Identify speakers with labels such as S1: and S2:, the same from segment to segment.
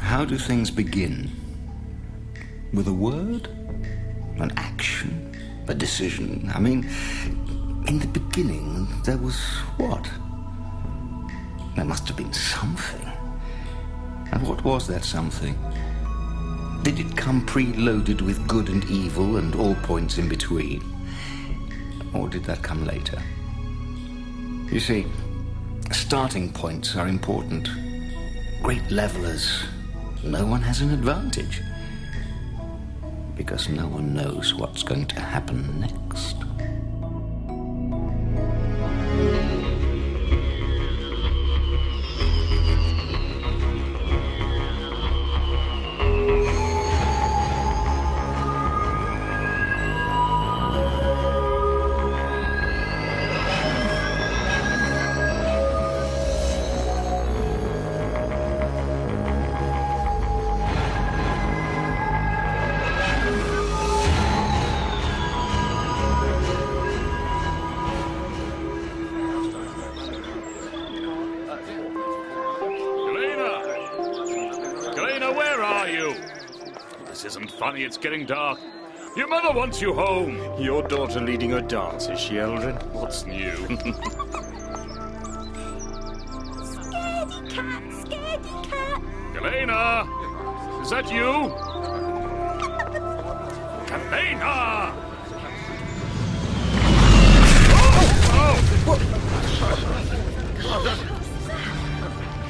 S1: how do things begin? With a word? An action? A decision? I mean, in the beginning, there was what? There must have been something. And what was that something? Did it come preloaded with good and evil and all points in between? Or did that come later? You see, starting points are important. Great levelers, no one has an advantage. Because no one knows what's going to happen next.
S2: Galena! Galena, where are you? This isn't funny, it's getting dark. Your mother wants you home.
S3: Your daughter leading a dance, is she, Eldrin?
S2: What's new?
S4: Scaredy cat, scaredy cat.
S2: Galena! Is that you? Galena! Oh! Oh!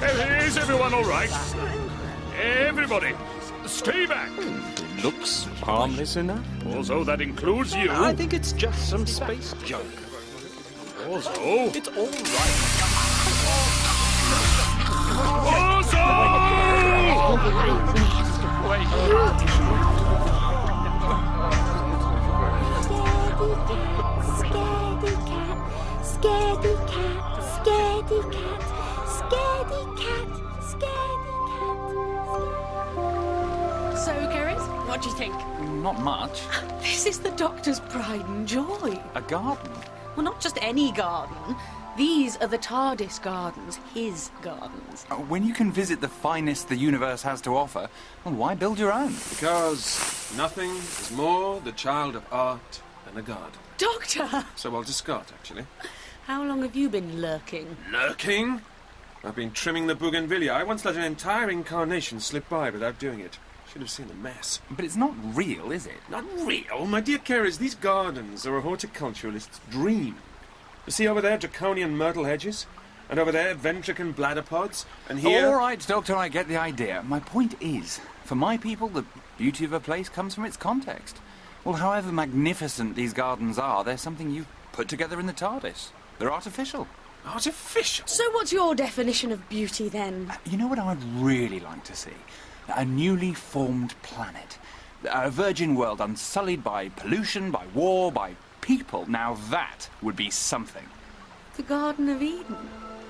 S2: Is is everyone all right? Everybody, stay back.
S3: Looks harmless enough.
S2: Also, that includes you.
S5: I think it's just some space junk.
S2: Also,
S5: It's all right.
S2: also!
S4: Scaredy cat, scaredy cat. Scaredy cat, scaredy cat. Scaredy cat, scaredy cat.
S6: So, Keris, what do you think?
S5: Not much.
S6: This is the Doctor's pride and joy.
S5: A garden.
S6: Well, not just any garden. These are the TARDIS gardens, his gardens.
S5: Uh, When you can visit the finest the universe has to offer, well, why build your own?
S7: Because nothing is more the child of art than a garden.
S6: Doctor,
S7: So I'll discard, actually.
S6: how long have you been lurking?
S7: Lurking? I've been trimming the bougainvillea. I once let an entire incarnation slip by without doing it. Should have seen the mess.
S5: But it's not real, is it?
S7: Not real, my dear Keres. These gardens are a horticulturalist's dream. You see over there, draconian myrtle hedges, and over there, ventrican bladder pods, and here.
S5: All right, Doctor, I get the idea. My point is, for my people, the beauty of a place comes from its context. Well, however magnificent these gardens are, they're something you've put together in the TARDIS. They're artificial.
S7: Artificial.
S6: So, what's your definition of beauty then?
S5: You know what I would really like to see? A newly formed planet. A virgin world unsullied by pollution, by war, by people. Now that would be something.
S6: The Garden of Eden.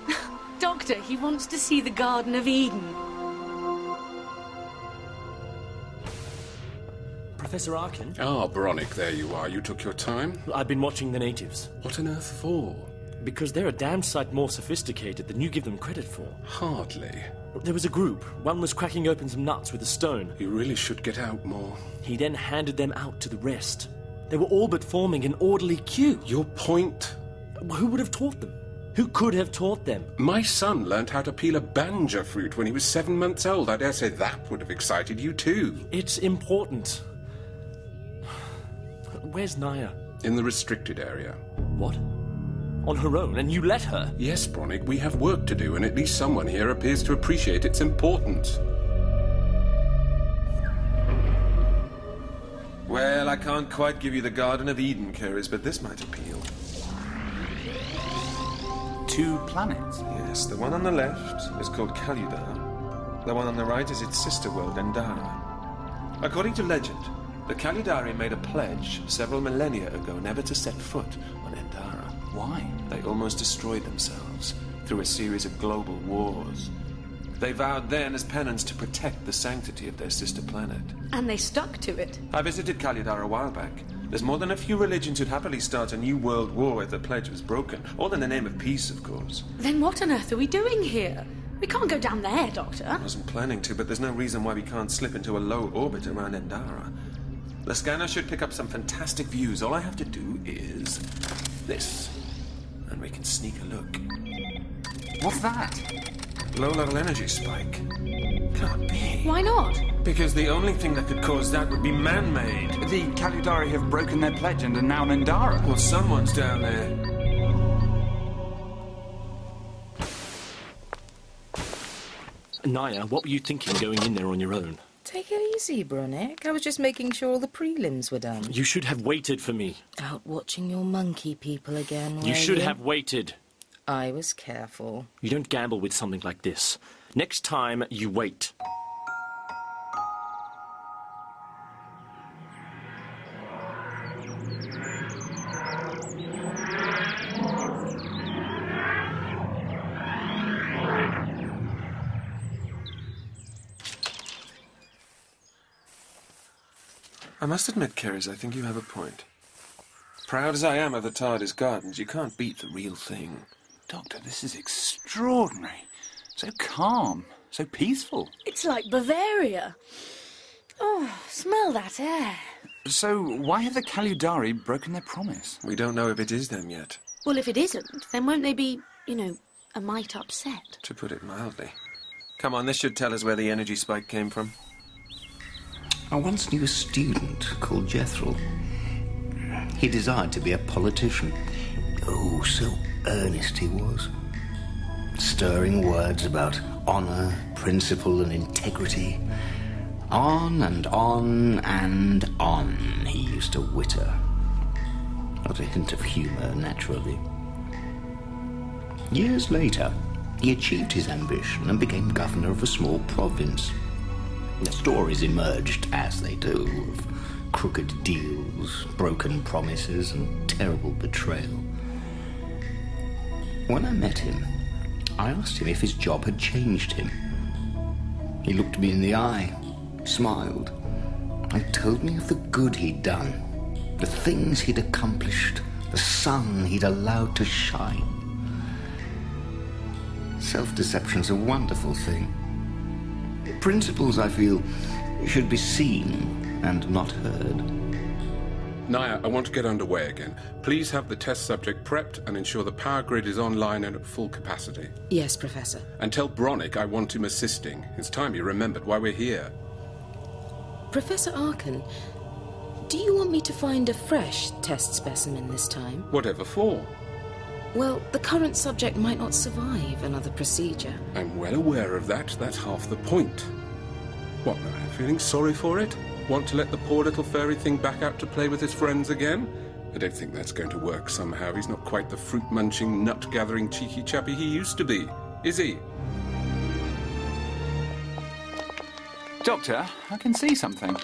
S6: Doctor, he wants to see the Garden of Eden.
S8: Professor Arkin,
S9: Ah, Bronick, there you are. You took your time.
S8: I've been watching the natives.
S9: What on earth for?
S8: Because they're a damn sight more sophisticated than you give them credit for.
S9: Hardly.
S8: There was a group. One was cracking open some nuts with a stone.
S9: You really should get out more.
S8: He then handed them out to the rest. They were all but forming an orderly queue.
S9: Your point?
S8: Who would have taught them? Who could have taught them?
S9: My son learned how to peel a banja fruit when he was seven months old. I dare say that would have excited you too.
S8: It's important. Where's Naya?
S9: In the restricted area.
S8: What? On her own, and you let her?
S9: Yes, Bronick, we have work to do, and at least someone here appears to appreciate its importance.
S7: Well, I can't quite give you the Garden of Eden, Keres, but this might appeal.
S5: Two planets.
S7: Yes, the one on the left is called Caludar. The one on the right is its sister world, Endara. According to legend, the Caludari made a pledge several millennia ago never to set foot on Endara.
S5: Why?
S7: They almost destroyed themselves through a series of global wars. They vowed then as penance to protect the sanctity of their sister planet.
S6: And they stuck to it.
S7: I visited Caludar a while back. There's more than a few religions who'd happily start a new world war if the pledge was broken, all in the name of peace, of course.
S6: Then what on earth are we doing here?
S10: We can't go down there, Doctor.
S7: Wasn't planning to, but there's no reason why we can't slip into a low orbit around Endara. The scanner should pick up some fantastic views. All I have to do is this, and we can sneak a look.
S5: What's that?
S7: Low level energy spike. Can't be.
S10: Why not?
S7: Because the only thing that could cause that would be man made.
S5: The Kaludari have broken their pledge and are now Nandara.
S7: Well, someone's down there.
S8: Naya, what were you thinking going in there on your own?
S11: Take it easy, Bronick. I was just making sure all the prelims were done.
S8: You should have waited for me.
S11: Out watching your monkey people again.
S8: You
S11: were
S8: should have waited.
S11: I was careful.
S8: You don't gamble with something like this. Next time, you wait.
S7: I must admit, Keres, I think you have a point. Proud as I am of the TARDIS gardens, you can't beat the real thing.
S5: Doctor, this is extraordinary. So calm, so peaceful.
S10: It's like Bavaria. Oh, smell that air.
S5: So, why have the Kaludari broken their promise?
S7: We don't know if it is them yet,
S10: Well, if it isn't, then won't they be, you know, a mite upset?
S7: to put it mildly. Come on, this should tell us where the energy spike came from.
S1: I once knew a student called Jethro. He desired to be a politician. Oh, so earnest he was. Stirring words about honour, principle, and integrity. On and on and on he used to witter. Not a hint of humour, naturally. Years later, he achieved his ambition and became governor of a small province. The stories emerged, as they do, of crooked deals, broken promises, and terrible betrayal. When I met him, I asked him if his job had changed him. He looked me in the eye, smiled, and told me of the good he'd done, the things he'd accomplished, the sun he'd allowed to shine. Self deception's a wonderful thing. Principles, I feel, should be seen and not heard.
S9: Naya, I want to get underway again. Please have the test subject prepped and ensure the power grid is online and at full capacity.
S11: Yes, Professor.
S9: And tell Bronick I want him assisting. It's time he remembered why we're here.
S11: Professor Arkin, do you want me to find a fresh test specimen this time?
S9: Whatever for.
S11: Well, the current subject might not survive another procedure.
S9: I'm well aware of that. That's half the point. What, Naya, feeling sorry for it? Want to let the poor little furry thing back out to play with his friends again? I don't think that's going to work somehow. He's not quite the fruit munching, nut gathering, cheeky chappy he used to be, is he?
S5: Doctor, I can see something.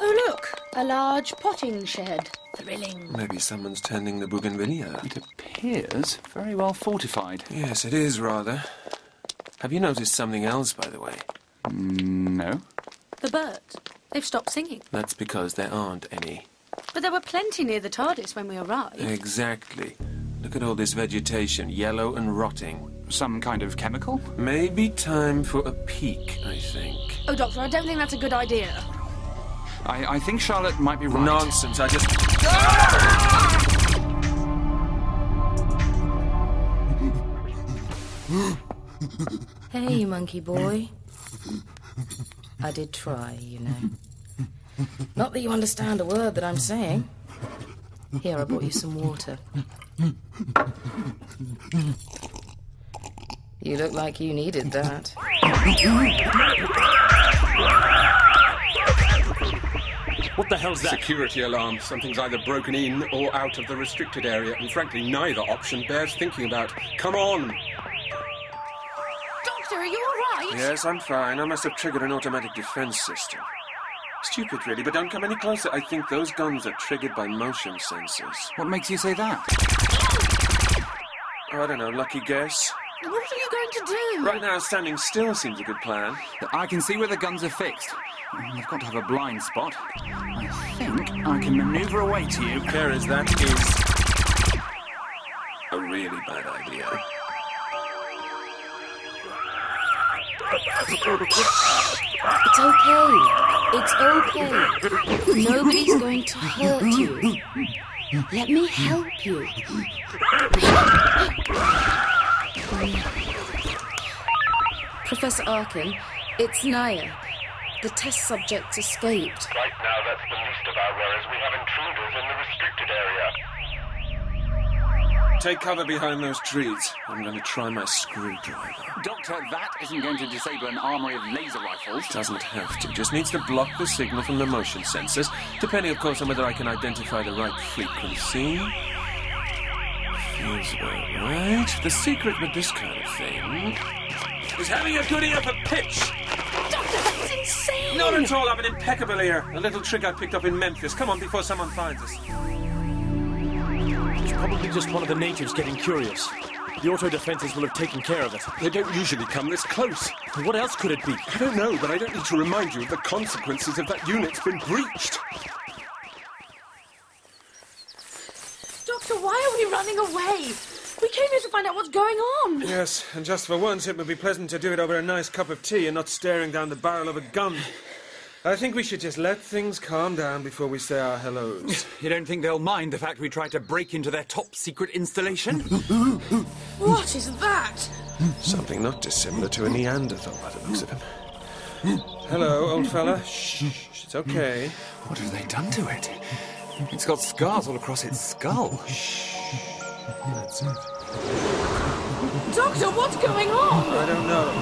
S10: Oh, look, a large potting shed. Thrilling.
S7: Maybe someone's tending the bougainvillea.
S5: It appears very well fortified.
S7: Yes, it is, rather. Have you noticed something else, by the way?
S5: Mm, No?
S10: The birds. They've stopped singing.
S7: That's because there aren't any.
S10: But there were plenty near the TARDIS when we arrived.
S7: Exactly. Look at all this vegetation, yellow and rotting.
S5: Some kind of chemical?
S7: Maybe time for a peek, I think.
S10: Oh, Doctor, I don't think that's a good idea.
S5: I, I think Charlotte might be right.
S7: Nonsense, I just.
S11: Hey, monkey boy. I did try, you know. Not that you understand a word that I'm saying. Here, I brought you some water. You look like you needed that.
S8: What the hell's that?
S9: Security alarm. Something's either broken in or out of the restricted area, and frankly, neither option bears thinking about. Come on!
S10: Doctor, are you all right?
S7: Yes, I'm fine. I must have triggered an automatic defense system. Stupid, really, but don't come any closer. I think those guns are triggered by motion sensors.
S5: What makes you say that?
S7: Oh, I don't know, lucky guess.
S10: What are you going to do?
S7: Right now, standing still seems a good plan.
S5: I can see where the guns are fixed. I've got to have a blind spot. I think I can maneuver away to you.
S7: There is that is a really bad idea.
S11: It's okay. It's okay. Nobody's going to hurt you. Let me help you. Professor Arkin, it's Naya. The test subject escaped.
S12: Right now, that's the least of our worries. We have intruders in the restricted area.
S7: Take cover behind those trees. I'm going to try my screwdriver.
S5: Doctor, that isn't going to disable an armory of laser rifles.
S7: Doesn't have to. Just needs to block the signal from the motion sensors. Depending, of course, on whether I can identify the right frequency. Feels about right. The secret with this kind of thing is having a good ear for pitch.
S13: Doctor, that's insane!
S7: Not at all. I'm an impeccable ear. A little trick I picked up in Memphis. Come on, before someone finds us.
S8: It's probably just one of the natives getting curious. The auto defenses will have taken care of it.
S9: They don't usually come this close.
S8: What else could it be?
S9: I don't know, but I don't need to remind you of the consequences if that unit's been breached.
S10: Doctor, why are we running away? We came here to find out what's going on.
S7: Yes, and just for once, it would be pleasant to do it over a nice cup of tea and not staring down the barrel of a gun. I think we should just let things calm down before we say our hellos.
S5: You don't think they'll mind the fact we tried to break into their top secret installation?
S10: What is that?
S7: Something not dissimilar to a Neanderthal by the looks of him. Hello, old fella. Shh, shh, it's okay.
S5: What have they done to it? It's got scars all across its skull.
S7: That's it.
S10: Doctor, what's going on?
S7: I don't know.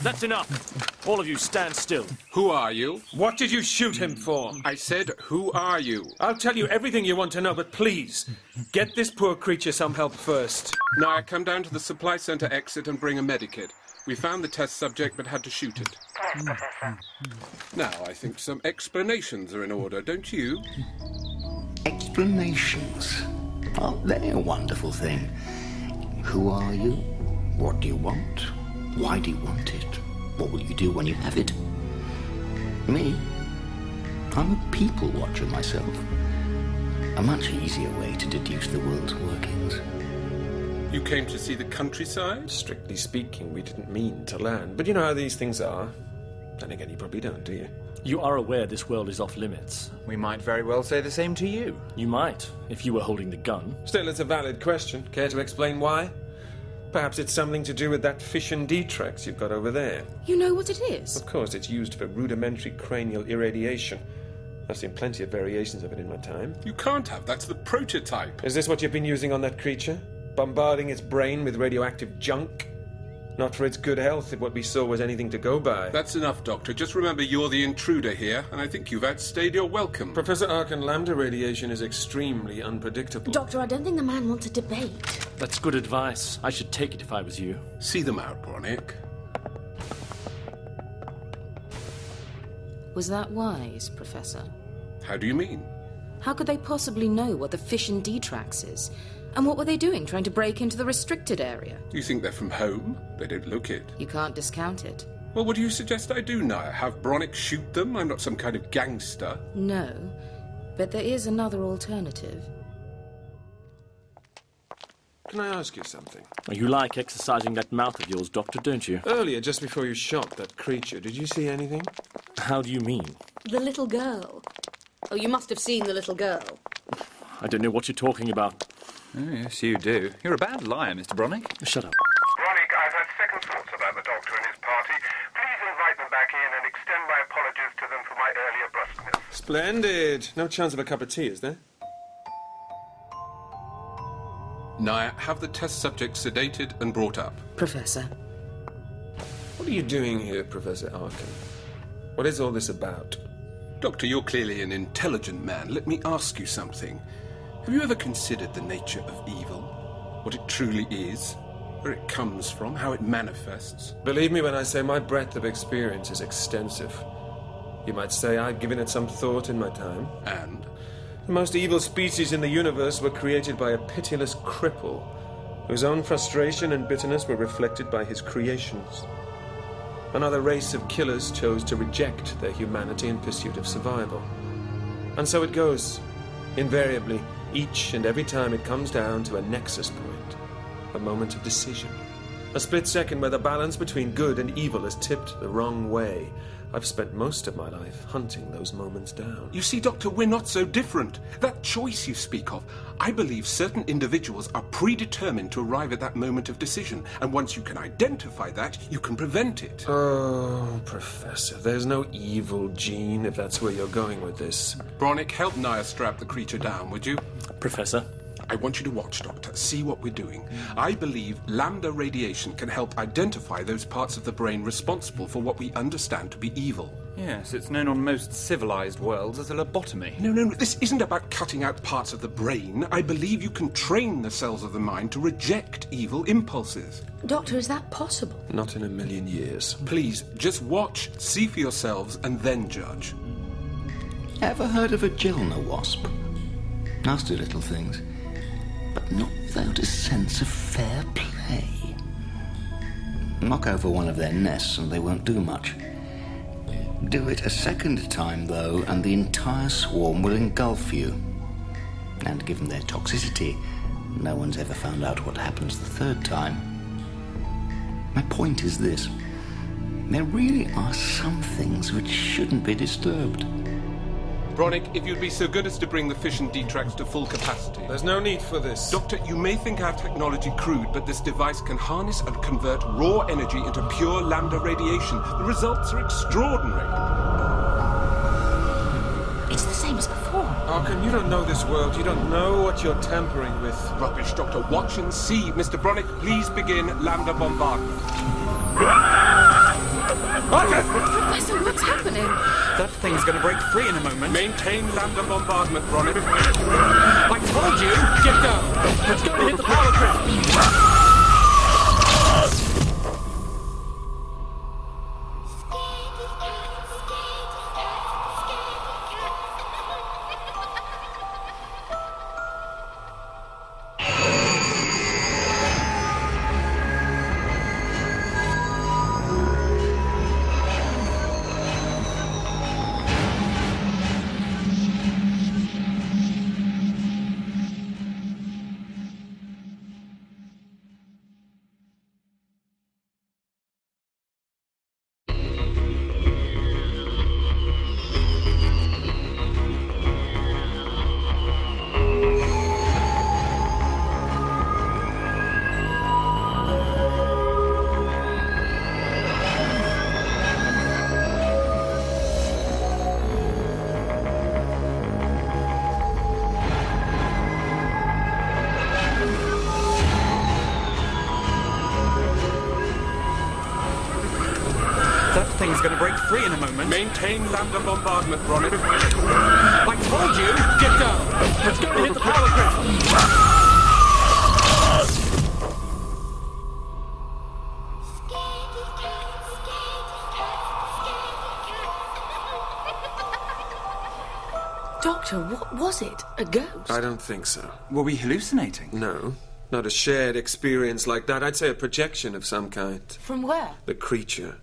S8: That's enough. All of you stand still.
S9: Who are you?
S7: What did you shoot him for?
S9: I said, who are you?
S7: I'll tell you everything you want to know, but please, get this poor creature some help first.
S9: Now I come down to the supply center exit and bring a medikit. We found the test subject but had to shoot it. Now I think some explanations are in order, don't you?
S1: Explanations. Aren't they a wonderful thing? Who are you? What do you want? Why do you want it? What will you do when you have it? Me? I'm a people watcher myself. A much easier way to deduce the world's workings.
S9: You came to see the countryside?
S7: Strictly speaking, we didn't mean to land, but you know how these things are. Then again, you probably don't, do you?
S8: You are aware this world is off limits.
S5: We might very well say the same to you.
S8: You might, if you were holding the gun.
S7: Still, it's a valid question. Care to explain why? Perhaps it's something to do with that fish and Detrax you've got over there.
S11: You know what it is?
S7: Of course, it's used for rudimentary cranial irradiation. I've seen plenty of variations of it in my time.
S9: You can't have, that's the prototype.
S7: Is this what you've been using on that creature? Bombarding its brain with radioactive junk? Not for its good health if what we saw was anything to go by.
S9: That's enough, Doctor. Just remember you're the intruder here, and I think you've outstayed your welcome.
S7: Professor Arkin, lambda radiation is extremely unpredictable.
S10: Doctor, I don't think the man wants a debate.
S8: That's good advice. I should take it if I was you.
S9: See them out, Bronick.
S11: Was that wise, Professor?
S9: How do you mean?
S11: How could they possibly know what the fish and detrax is? And what were they doing trying to break into the restricted area?
S9: You think they're from home? They don't look it.
S11: You can't discount it.
S9: Well, what do you suggest I do now? Have Bronick shoot them? I'm not some kind of gangster.
S11: No, but there is another alternative.
S7: Can I ask you something?
S8: You like exercising that mouth of yours, Doctor, don't you?
S7: Earlier, just before you shot that creature, did you see anything?
S8: How do you mean?
S10: The little girl. Oh, you must have seen the little girl.
S8: I don't know what you're talking about.
S5: Oh, yes, you do. You're a bad liar, Mr. Bronick.
S8: Shut up.
S12: Ronick, I've had second thoughts about the doctor and his party. Please invite them back in and extend my apologies to them for my earlier brusqueness.
S7: Splendid. No chance of a cup of tea, is there?
S9: Naya, have the test subject sedated and brought up.
S11: Professor,
S7: What are you doing here, Professor Arkin? What is all this about?
S9: Doctor, you're clearly an intelligent man. Let me ask you something. Have you ever considered the nature of evil? What it truly is? Where it comes from? How it manifests?
S7: Believe me when I say my breadth of experience is extensive. You might say I've given it some thought in my time.
S9: And?
S7: The most evil species in the universe were created by a pitiless cripple, whose own frustration and bitterness were reflected by his creations. another race of killers chose to reject their humanity in pursuit of survival. And so it goes. Invariably, each and every time it comes down to a nexus point, a moment of decision. A split second where the balance between good and evil is tipped the wrong way. I've spent most of my life hunting those moments down.
S9: You see, Doctor, we're not so different. That choice you speak of, I believe certain individuals are predetermined to arrive at that moment of decision, and once you can identify that, you can prevent it.
S7: Oh, Professor, there's no evil gene if that's where you're going with this.
S9: Bronick, help Naya strap the creature down, would you?
S8: Professor?
S9: I want you to watch, Doctor. See what we're doing. I believe lambda radiation can help identify those parts of the brain responsible for what we understand to be evil.
S5: Yes, it's known on most civilized worlds as a lobotomy.
S9: No, no, no, this isn't about cutting out parts of the brain. I believe you can train the cells of the mind to reject evil impulses.
S11: Doctor, is that possible?
S7: Not in a million years.
S9: Please, just watch, see for yourselves, and then judge.
S1: Ever heard of a Jelna wasp? Nasty little things, but not without a sense of fair play. Knock over one of their nests and they won't do much. Do it a second time, though, and the entire swarm will engulf you. And given their toxicity, no one's ever found out what happens the third time. My point is this there really are some things which shouldn't be disturbed.
S9: Bronick, if you'd be so good as to bring the fission detracts to full capacity.
S7: There's no need for this.
S9: Doctor, you may think our technology crude, but this device can harness and convert raw energy into pure lambda radiation. The results are extraordinary.
S13: It's the same as before.
S7: Arkham, you don't know this world. You don't know what you're tampering with.
S9: Rubbish, Doctor. Watch and see. Mr. Bronick, please begin lambda bombardment.
S11: Professor, what's happening?
S5: That thing's going to break free in a moment.
S9: Maintain lambda bombardment, Bronick.
S5: I told you! Get down! Let's go and hit the power grid! That thing's going to break free in a moment.
S9: Maintain lambda bombardment, Bronick.
S5: I told you! Get down! Let's go and hit the power grid!
S10: Doctor, what was it? A ghost?
S7: I don't think so.
S5: Were we hallucinating?
S7: No. Not a shared experience like that. I'd say a projection of some kind.
S10: From where?
S7: The creature.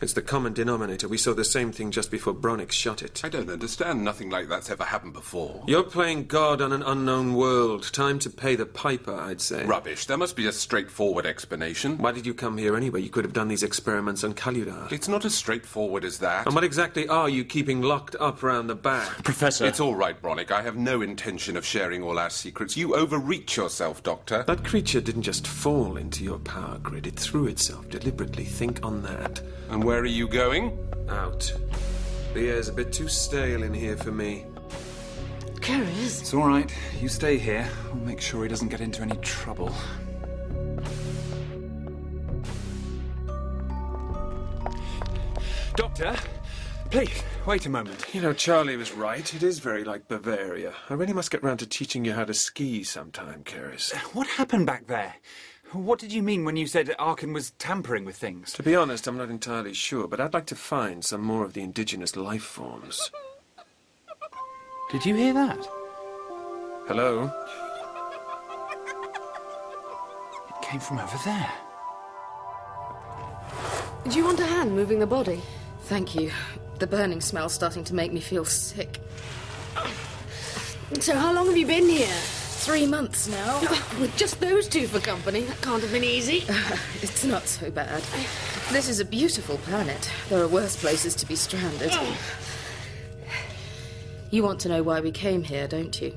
S7: It's the common denominator. We saw the same thing just before Bronick shot it.
S9: I don't understand. Nothing like that's ever happened before.
S7: You're playing God on an unknown world. Time to pay the piper, I'd say.
S9: Rubbish. There must be a straightforward explanation.
S7: Why did you come here anyway? You could have done these experiments on Kaludar.
S9: It's not as straightforward as that.
S7: And what exactly are you keeping locked up round the back?
S8: Professor.
S9: It's all right, Bronick. I have no intention of sharing all our secrets. You overreach yourself, Doctor.
S7: That creature didn't just fall into your power grid, it threw itself deliberately. Think on that.
S9: And where are you going?
S7: Out. The air's a bit too stale in here for me.
S10: Curious.
S5: It's all right. You stay here. I'll make sure he doesn't get into any trouble. Doctor, please wait a moment.
S7: You know, Charlie was right. It is very like Bavaria. I really must get round to teaching you how to ski sometime, Keris.
S5: Uh, What happened back there? What did you mean when you said Arkin was tampering with things?
S7: To be honest, I'm not entirely sure, but I'd like to find some more of the indigenous life forms.
S5: Did you hear that?
S7: Hello?
S5: It came from over there.
S6: Do you want a hand moving the body?
S11: Thank you. The burning smell's starting to make me feel sick.
S6: So, how long have you been here?
S11: Three months now.
S6: With just those two for company, that can't have been easy.
S11: it's not so bad. This is a beautiful planet. There are worse places to be stranded. You want to know why we came here, don't you?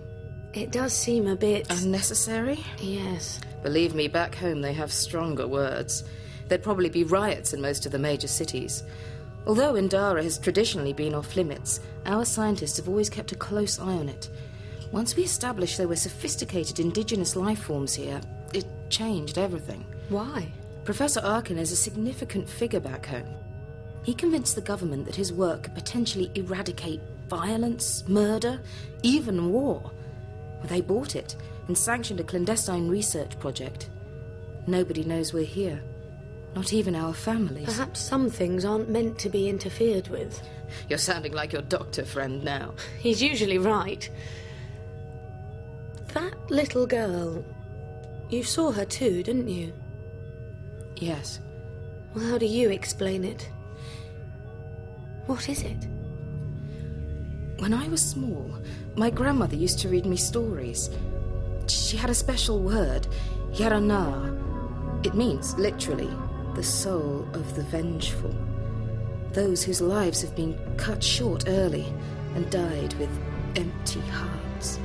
S6: It does seem a bit.
S11: Unnecessary?
S6: Yes.
S11: Believe me, back home they have stronger words. There'd probably be riots in most of the major cities. Although Indara has traditionally been off limits, our scientists have always kept a close eye on it. Once we established there were sophisticated indigenous life forms here, it changed everything.
S6: Why?
S11: Professor Arkin is a significant figure back home. He convinced the government that his work could potentially eradicate violence, murder, even war. Well, they bought it and sanctioned a clandestine research project. Nobody knows we're here. Not even our families.
S6: Perhaps some things aren't meant to be interfered with.
S11: You're sounding like your doctor friend now.
S6: He's usually right. That little girl. You saw her too, didn't you?
S11: Yes.
S6: Well, how do you explain it? What is it?
S11: When I was small, my grandmother used to read me stories. She had a special word, Yarana. It means, literally, the soul of the vengeful. Those whose lives have been cut short early and died with empty hearts.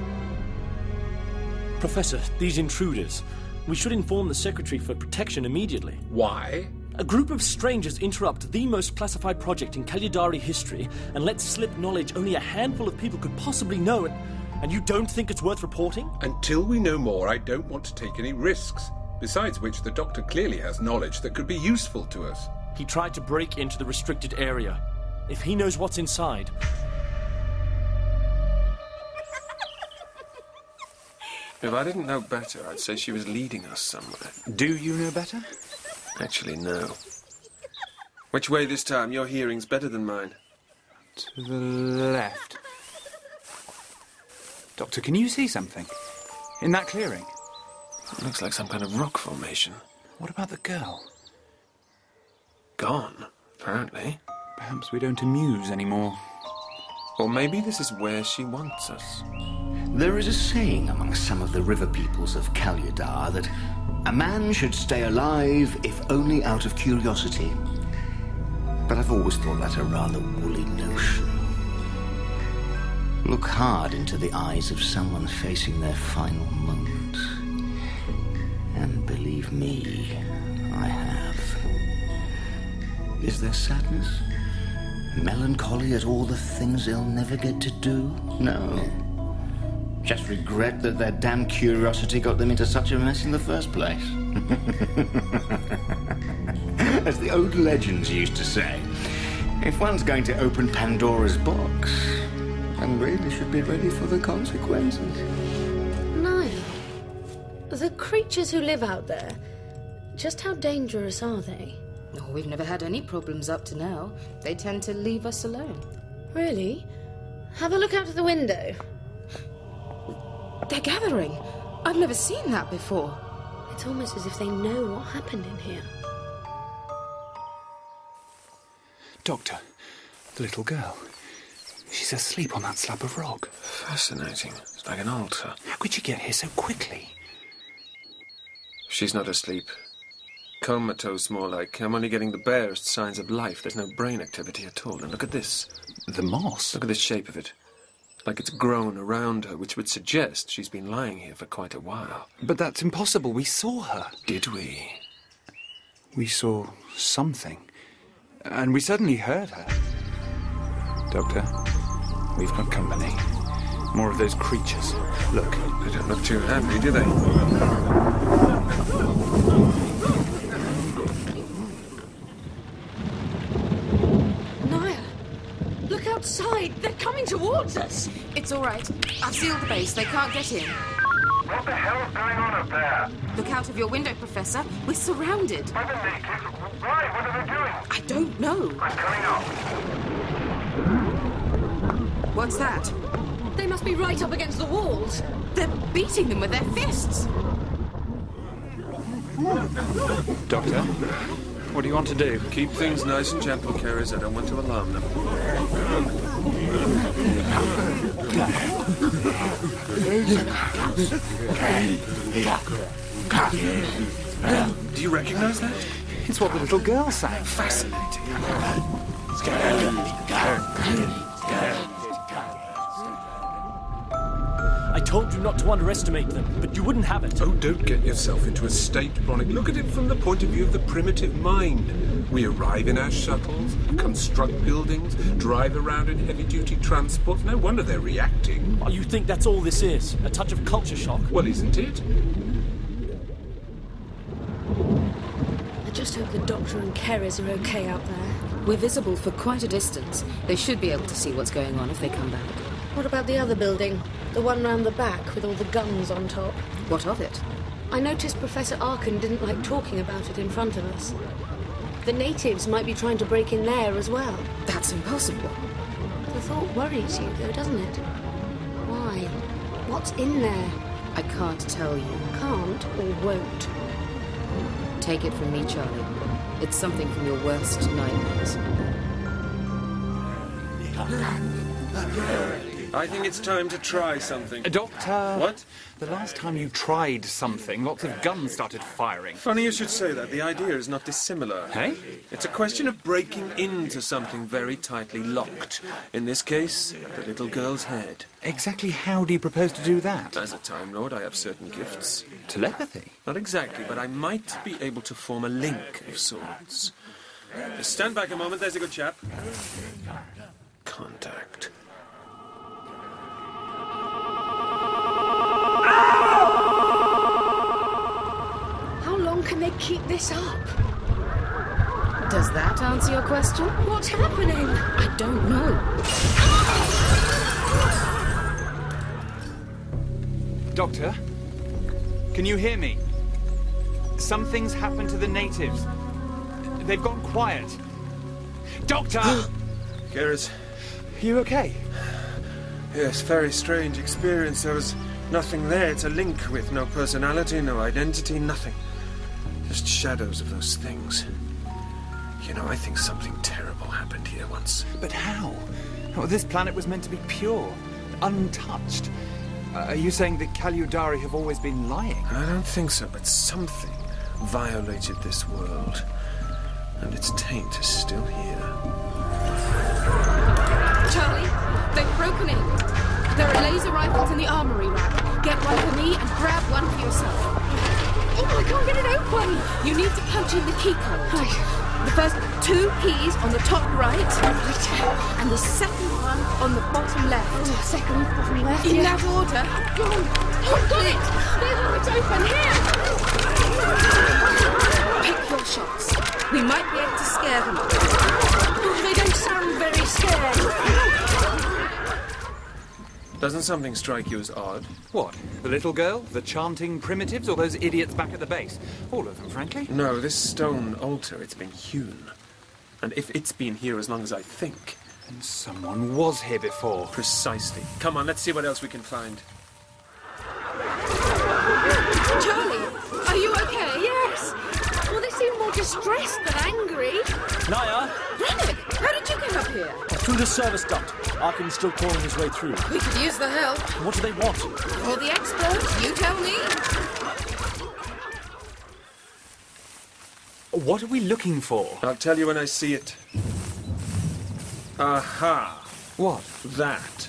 S8: Professor, these intruders. We should inform the Secretary for Protection immediately.
S9: Why?
S8: A group of strangers interrupt the most classified project in Kalidari history and let slip knowledge only a handful of people could possibly know, and, and you don't think it's worth reporting?
S9: Until we know more, I don't want to take any risks. Besides which, the doctor clearly has knowledge that could be useful to us.
S8: He tried to break into the restricted area. If he knows what's inside,
S7: If I didn't know better, I'd say she was leading us somewhere.
S5: Do you know better?
S7: Actually, no. Which way this time? Your hearing's better than mine.
S5: To the left. Doctor, can you see something? In that clearing?
S7: It looks like some kind of rock formation.
S5: What about the girl?
S7: Gone, apparently.
S5: Perhaps we don't amuse anymore.
S7: Or maybe this is where she wants us.
S1: There is a saying among some of the river peoples of Kalyadar that a man should stay alive if only out of curiosity. But I've always thought that a rather woolly notion. Look hard into the eyes of someone facing their final moment. And believe me, I have. Is there sadness? Melancholy at all the things they'll never get to do? No. Just regret that their damn curiosity got them into such a mess in the first place. As the old legends used to say, if one's going to open Pandora's box, one really should be ready for the consequences.
S6: Nile, the creatures who live out there, just how dangerous are they?
S11: oh, we've never had any problems up to now. They tend to leave us alone.
S6: Really? Have a look out of the window.
S11: They're gathering. I've never seen that before.
S6: It's almost as if they know what happened in here.
S5: Doctor, the little girl. She's asleep on that slab of rock.
S7: Fascinating. It's like an altar.
S5: How could she get here so quickly?
S7: She's not asleep. Comatose, more like. I'm only getting the barest signs of life. There's no brain activity at all. And look at this.
S5: The moss?
S7: Look at the shape of it. Like it's grown around her, which would suggest she's been lying here for quite a while.
S5: But that's impossible. We saw her.
S7: Did we?
S5: We saw something. And we certainly heard her. Doctor, we've got company. More of those creatures. Look.
S7: They don't look too happy, do they?
S6: Naya, look outside. They're coming towards us.
S11: It's all right. I've sealed the base. They can't get in.
S12: What the hell is going on up there?
S11: Look out of your window, Professor. We're surrounded.
S12: By the natives? Why? What are they doing?
S11: I don't know.
S12: I'm coming up.
S11: What's that?
S6: They must be right up against the walls.
S11: They're beating them with their fists.
S5: Doctor,
S7: What do you want to do? Keep things nice and gentle, Keres. I don't want to alarm them. Do you recognize that?
S5: It's what the little girl sang.
S7: Fascinating.
S8: I told you not to underestimate them, but you wouldn't have it.
S9: Oh, don't get yourself into a state, Bronick. Look at it from the point of view of the primitive mind. We arrive in our shuttles, construct buildings, drive around in heavy duty transport. No wonder they're reacting.
S8: Oh, you think that's all this is? A touch of culture shock?
S9: Well, isn't it?
S6: I just hope the doctor and Keres are okay out there.
S11: We're visible for quite a distance. They should be able to see what's going on if they come back.
S6: What about the other building? The one round the back with all the guns on top?
S11: What of it?
S6: I noticed Professor Arkin didn't like talking about it in front of us. The natives might be trying to break in there as well.
S11: That's impossible.
S6: The thought worries you, though, doesn't it? Why? What's in there?
S11: I can't tell you.
S6: Can't or won't.
S11: Take it from me, Charlie. It's something from your worst nightmares.
S7: I think it's time to try something.
S5: Uh, Doctor.
S7: What?
S5: The last time you tried something, lots of guns started firing.
S7: Funny you should say that. The idea is not dissimilar.
S5: Hey?
S7: It's a question of breaking into something very tightly locked. In this case, the little girl's head.
S5: Exactly how do you propose to do that?
S7: As a Time Lord, I have certain gifts.
S5: Telepathy?
S7: Not exactly, but I might be able to form a link of sorts. Just stand back a moment, there's a good chap. Contact.
S6: How long can they keep this up?
S11: Does that answer your question?
S6: What's happening?
S11: I don't know.
S5: Doctor? Can you hear me? Something's happened to the natives. They've gone quiet. Doctor!
S7: Gareth,
S5: you okay?
S7: yes, very strange experience. There was nothing there to link with. No personality, no identity, nothing. Just shadows of those things. You know, I think something terrible happened here once.
S5: But how? Well, this planet was meant to be pure, untouched. Uh, are you saying that Kaludari have always been lying?
S7: I don't think so, but something violated this world. And its taint is still here.
S14: Charlie, they've broken in. There are laser rifles in the armory rack. Get one for me and grab one for yourself. Oh, I can't get it open. You need to punch in the key code. The first two keys on the top right, and the second one on the bottom left.
S6: Oh, second bottom left.
S14: In
S6: yeah.
S14: that order. Go.
S6: Oh, got it! There's one that's open here!
S14: Pick your shots. We might be able to scare them. Oh,
S6: they don't sound very scared.
S7: Doesn't something strike you as odd?
S5: What? The little girl? The chanting primitives? Or those idiots back at the base? All of them, frankly.
S7: No, this stone altar, it's been hewn. And if it's been here as long as I think.
S5: And someone was here before.
S7: Precisely. Come on, let's see what else we can find.
S14: Charlie, are you okay?
S6: Yes. Well, they seem more distressed than angry.
S8: Naya,
S14: Renwick, how did you get up here?
S8: through the service duct. Arkin's still clawing his way through.
S14: We could use the help.
S8: What do they want?
S14: You're the expert, you tell me.
S5: What are we looking for?
S7: I'll tell you when I see it. Aha!
S5: What?
S7: That.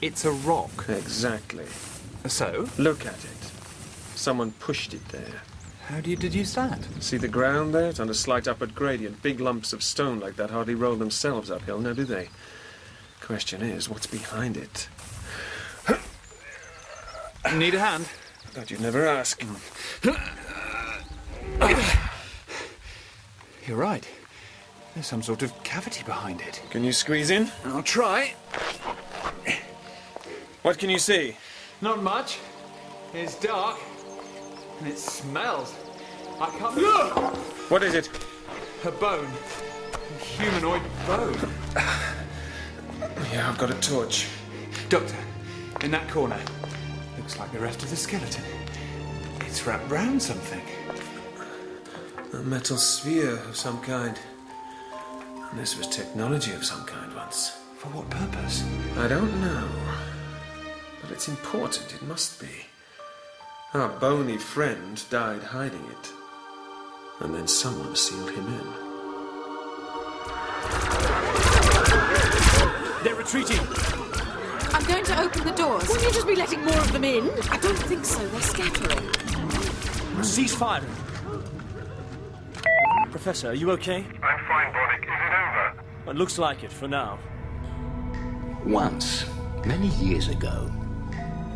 S5: It's a rock.
S7: Exactly.
S5: So?
S7: Look at it. Someone pushed it there.
S5: How do you deduce that?
S7: See the ground there? It's on a slight upward gradient. Big lumps of stone like that hardly roll themselves uphill, now do they? Question is, what's behind it?
S5: Need a hand? Mm.
S7: Thought you'd never ask.
S5: You're right. There's some sort of cavity behind it.
S7: Can you squeeze in?
S5: I'll try.
S7: What can you see?
S5: Not much. It's dark. And it smells. I can't. Look!
S7: What is it?
S5: A bone. A humanoid bone.
S7: Yeah, I've got a torch.
S5: Doctor, in that corner. Looks like the rest of the skeleton. It's wrapped round something.
S7: A metal sphere of some kind. And this was technology of some kind once. For what purpose? I don't know. But it's important, it must be. Our bony friend died hiding it. And then someone sealed him in.
S8: They're retreating.
S14: I'm going to open the doors.
S10: Wouldn't you just be letting more of them in?
S14: I don't think so. They're scattering.
S8: Cease firing. Professor, are you okay?
S12: I'm fine, Bonick. Is it over?
S8: It looks like it for now.
S1: Once, many years ago,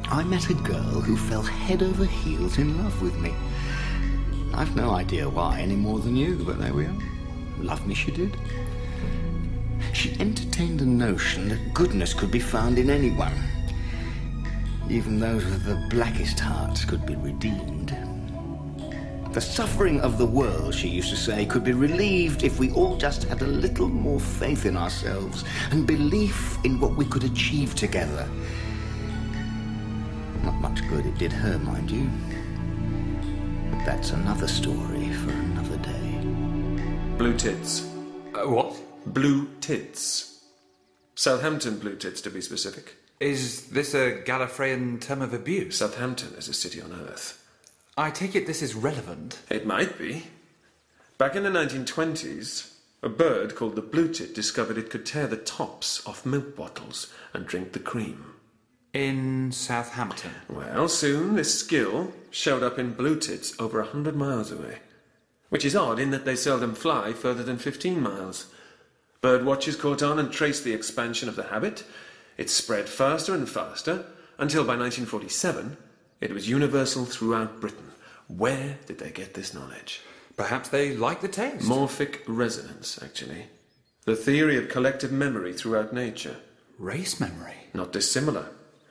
S1: I met a girl who fell head over heels in love with me. I've no idea why any more than you, but there we are. Love me she did. She entertained the notion that goodness could be found in anyone. Even those with the blackest hearts could be redeemed. The suffering of the world, she used to say, could be relieved if we all just had a little more faith in ourselves and belief in what we could achieve together. Not much good it did her, mind you. But that's another story for another day.
S7: Blue tits. Uh, what? Blue tits. Southampton blue tits, to be specific.
S5: Is this a Gallifreyan term of abuse?
S7: Southampton is a city on Earth.
S5: I take it this is relevant.
S7: It might be. Back in the 1920s, a bird called the blue tit discovered it could tear the tops off milk bottles and drink the cream.
S5: In Southampton.
S7: Well, soon this skill showed up in blue tits over a hundred miles away. Which is odd in that they seldom fly further than 15 miles. Bird watchers caught on and traced the expansion of the habit. It spread faster and faster until by 1947 it was universal throughout Britain. Where did they get this knowledge?
S5: Perhaps they like the taste.
S7: Morphic resonance, actually. The theory of collective memory throughout nature.
S5: Race memory.
S7: Not dissimilar.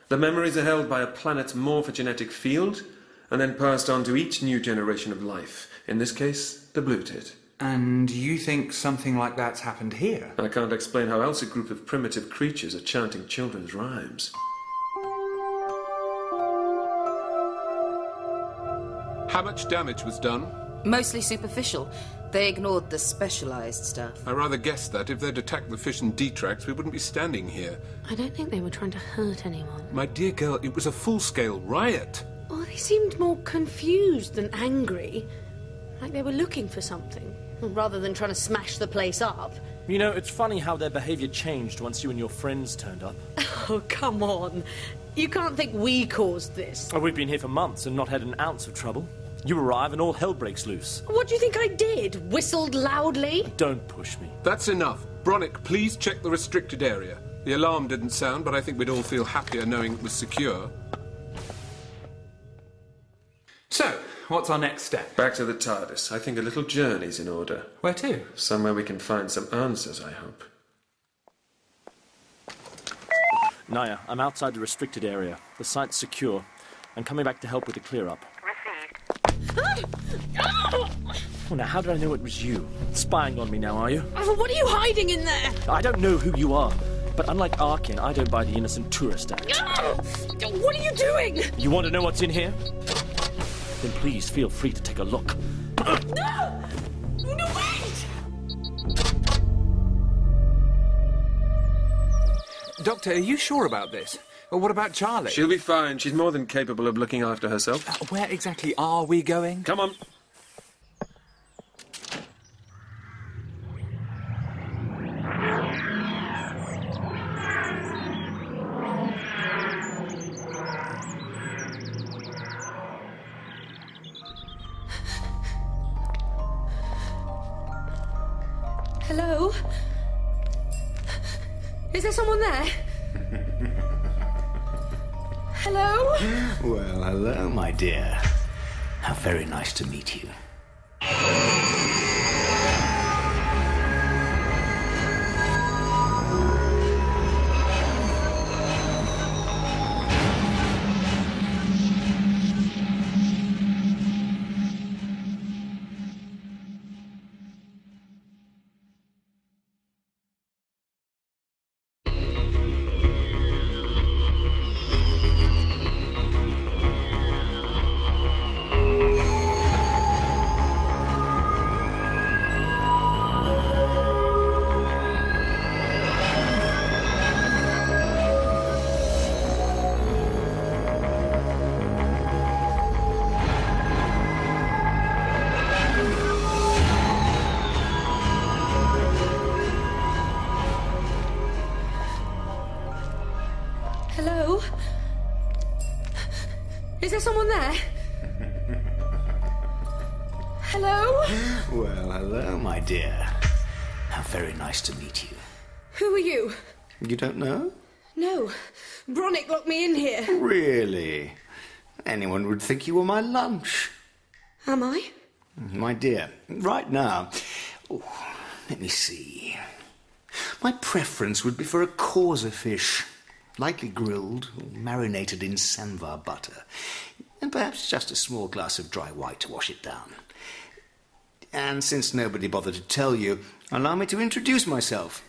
S7: The memories are held by a planet's morphogenetic field and then passed on to each new generation of life. In this case, the blue tit.
S5: And you think something like that's happened here?
S7: I can't explain how else a group of primitive creatures are chanting children's rhymes.
S9: How much damage was done?
S15: Mostly superficial. They ignored the specialized stuff.
S9: I rather guessed that if they'd attacked the fish and detracts, we wouldn't be standing here.
S6: I don't think they were trying to hurt anyone.
S9: My dear girl, it was a full scale riot.
S6: Well, they seemed more confused than angry. Like they were looking for something, rather than trying to smash the place up.
S8: You know, it's funny how their behavior changed once you and your friends turned up.
S10: Oh, come on. You can't think we caused this.
S8: Oh, we've been here for months and not had an ounce of trouble. You arrive and all hell breaks loose.
S10: What do you think I did? Whistled loudly?
S8: Don't push me.
S9: That's enough. Bronick, please check the restricted area. The alarm didn't sound, but I think we'd all feel happier knowing it was secure.
S5: So, what's our next step?
S7: Back to the TARDIS. I think a little journey's in order.
S5: Where to?
S7: Somewhere we can find some answers, I hope.
S8: Naya, I'm outside the restricted area. The site's secure. I'm coming back to help with the clear up. Oh, now, how did I know it was you? Spying on me now, are you?
S10: Oh, what are you hiding in there?
S8: I don't know who you are, but unlike Arkin, I don't buy the innocent tourist act.
S10: Oh, what are you doing?
S8: You want to know what's in here? Then please feel free to take a look.
S10: No! No, wait!
S5: Doctor, are you sure about this? Or what about Charlie?
S7: She'll be fine. She's more than capable of looking after herself.
S5: Where exactly are we going?
S7: Come on.
S6: Hello? Is there someone there? Hello?
S1: Well, hello, my dear. How very nice to meet you.
S14: Hello? Is there someone there? Hello?
S1: Well, hello, my dear. How very nice to meet you.
S14: Who are you?
S1: You don't know?
S14: No. Bronick locked me in here.
S1: Really? Anyone would think you were my lunch.
S14: Am I?
S1: My dear, right now, oh, let me see. My preference would be for a causa fish, lightly grilled, or marinated in samvar butter, and perhaps just a small glass of dry white to wash it down. And since nobody bothered to tell you, allow me to introduce myself.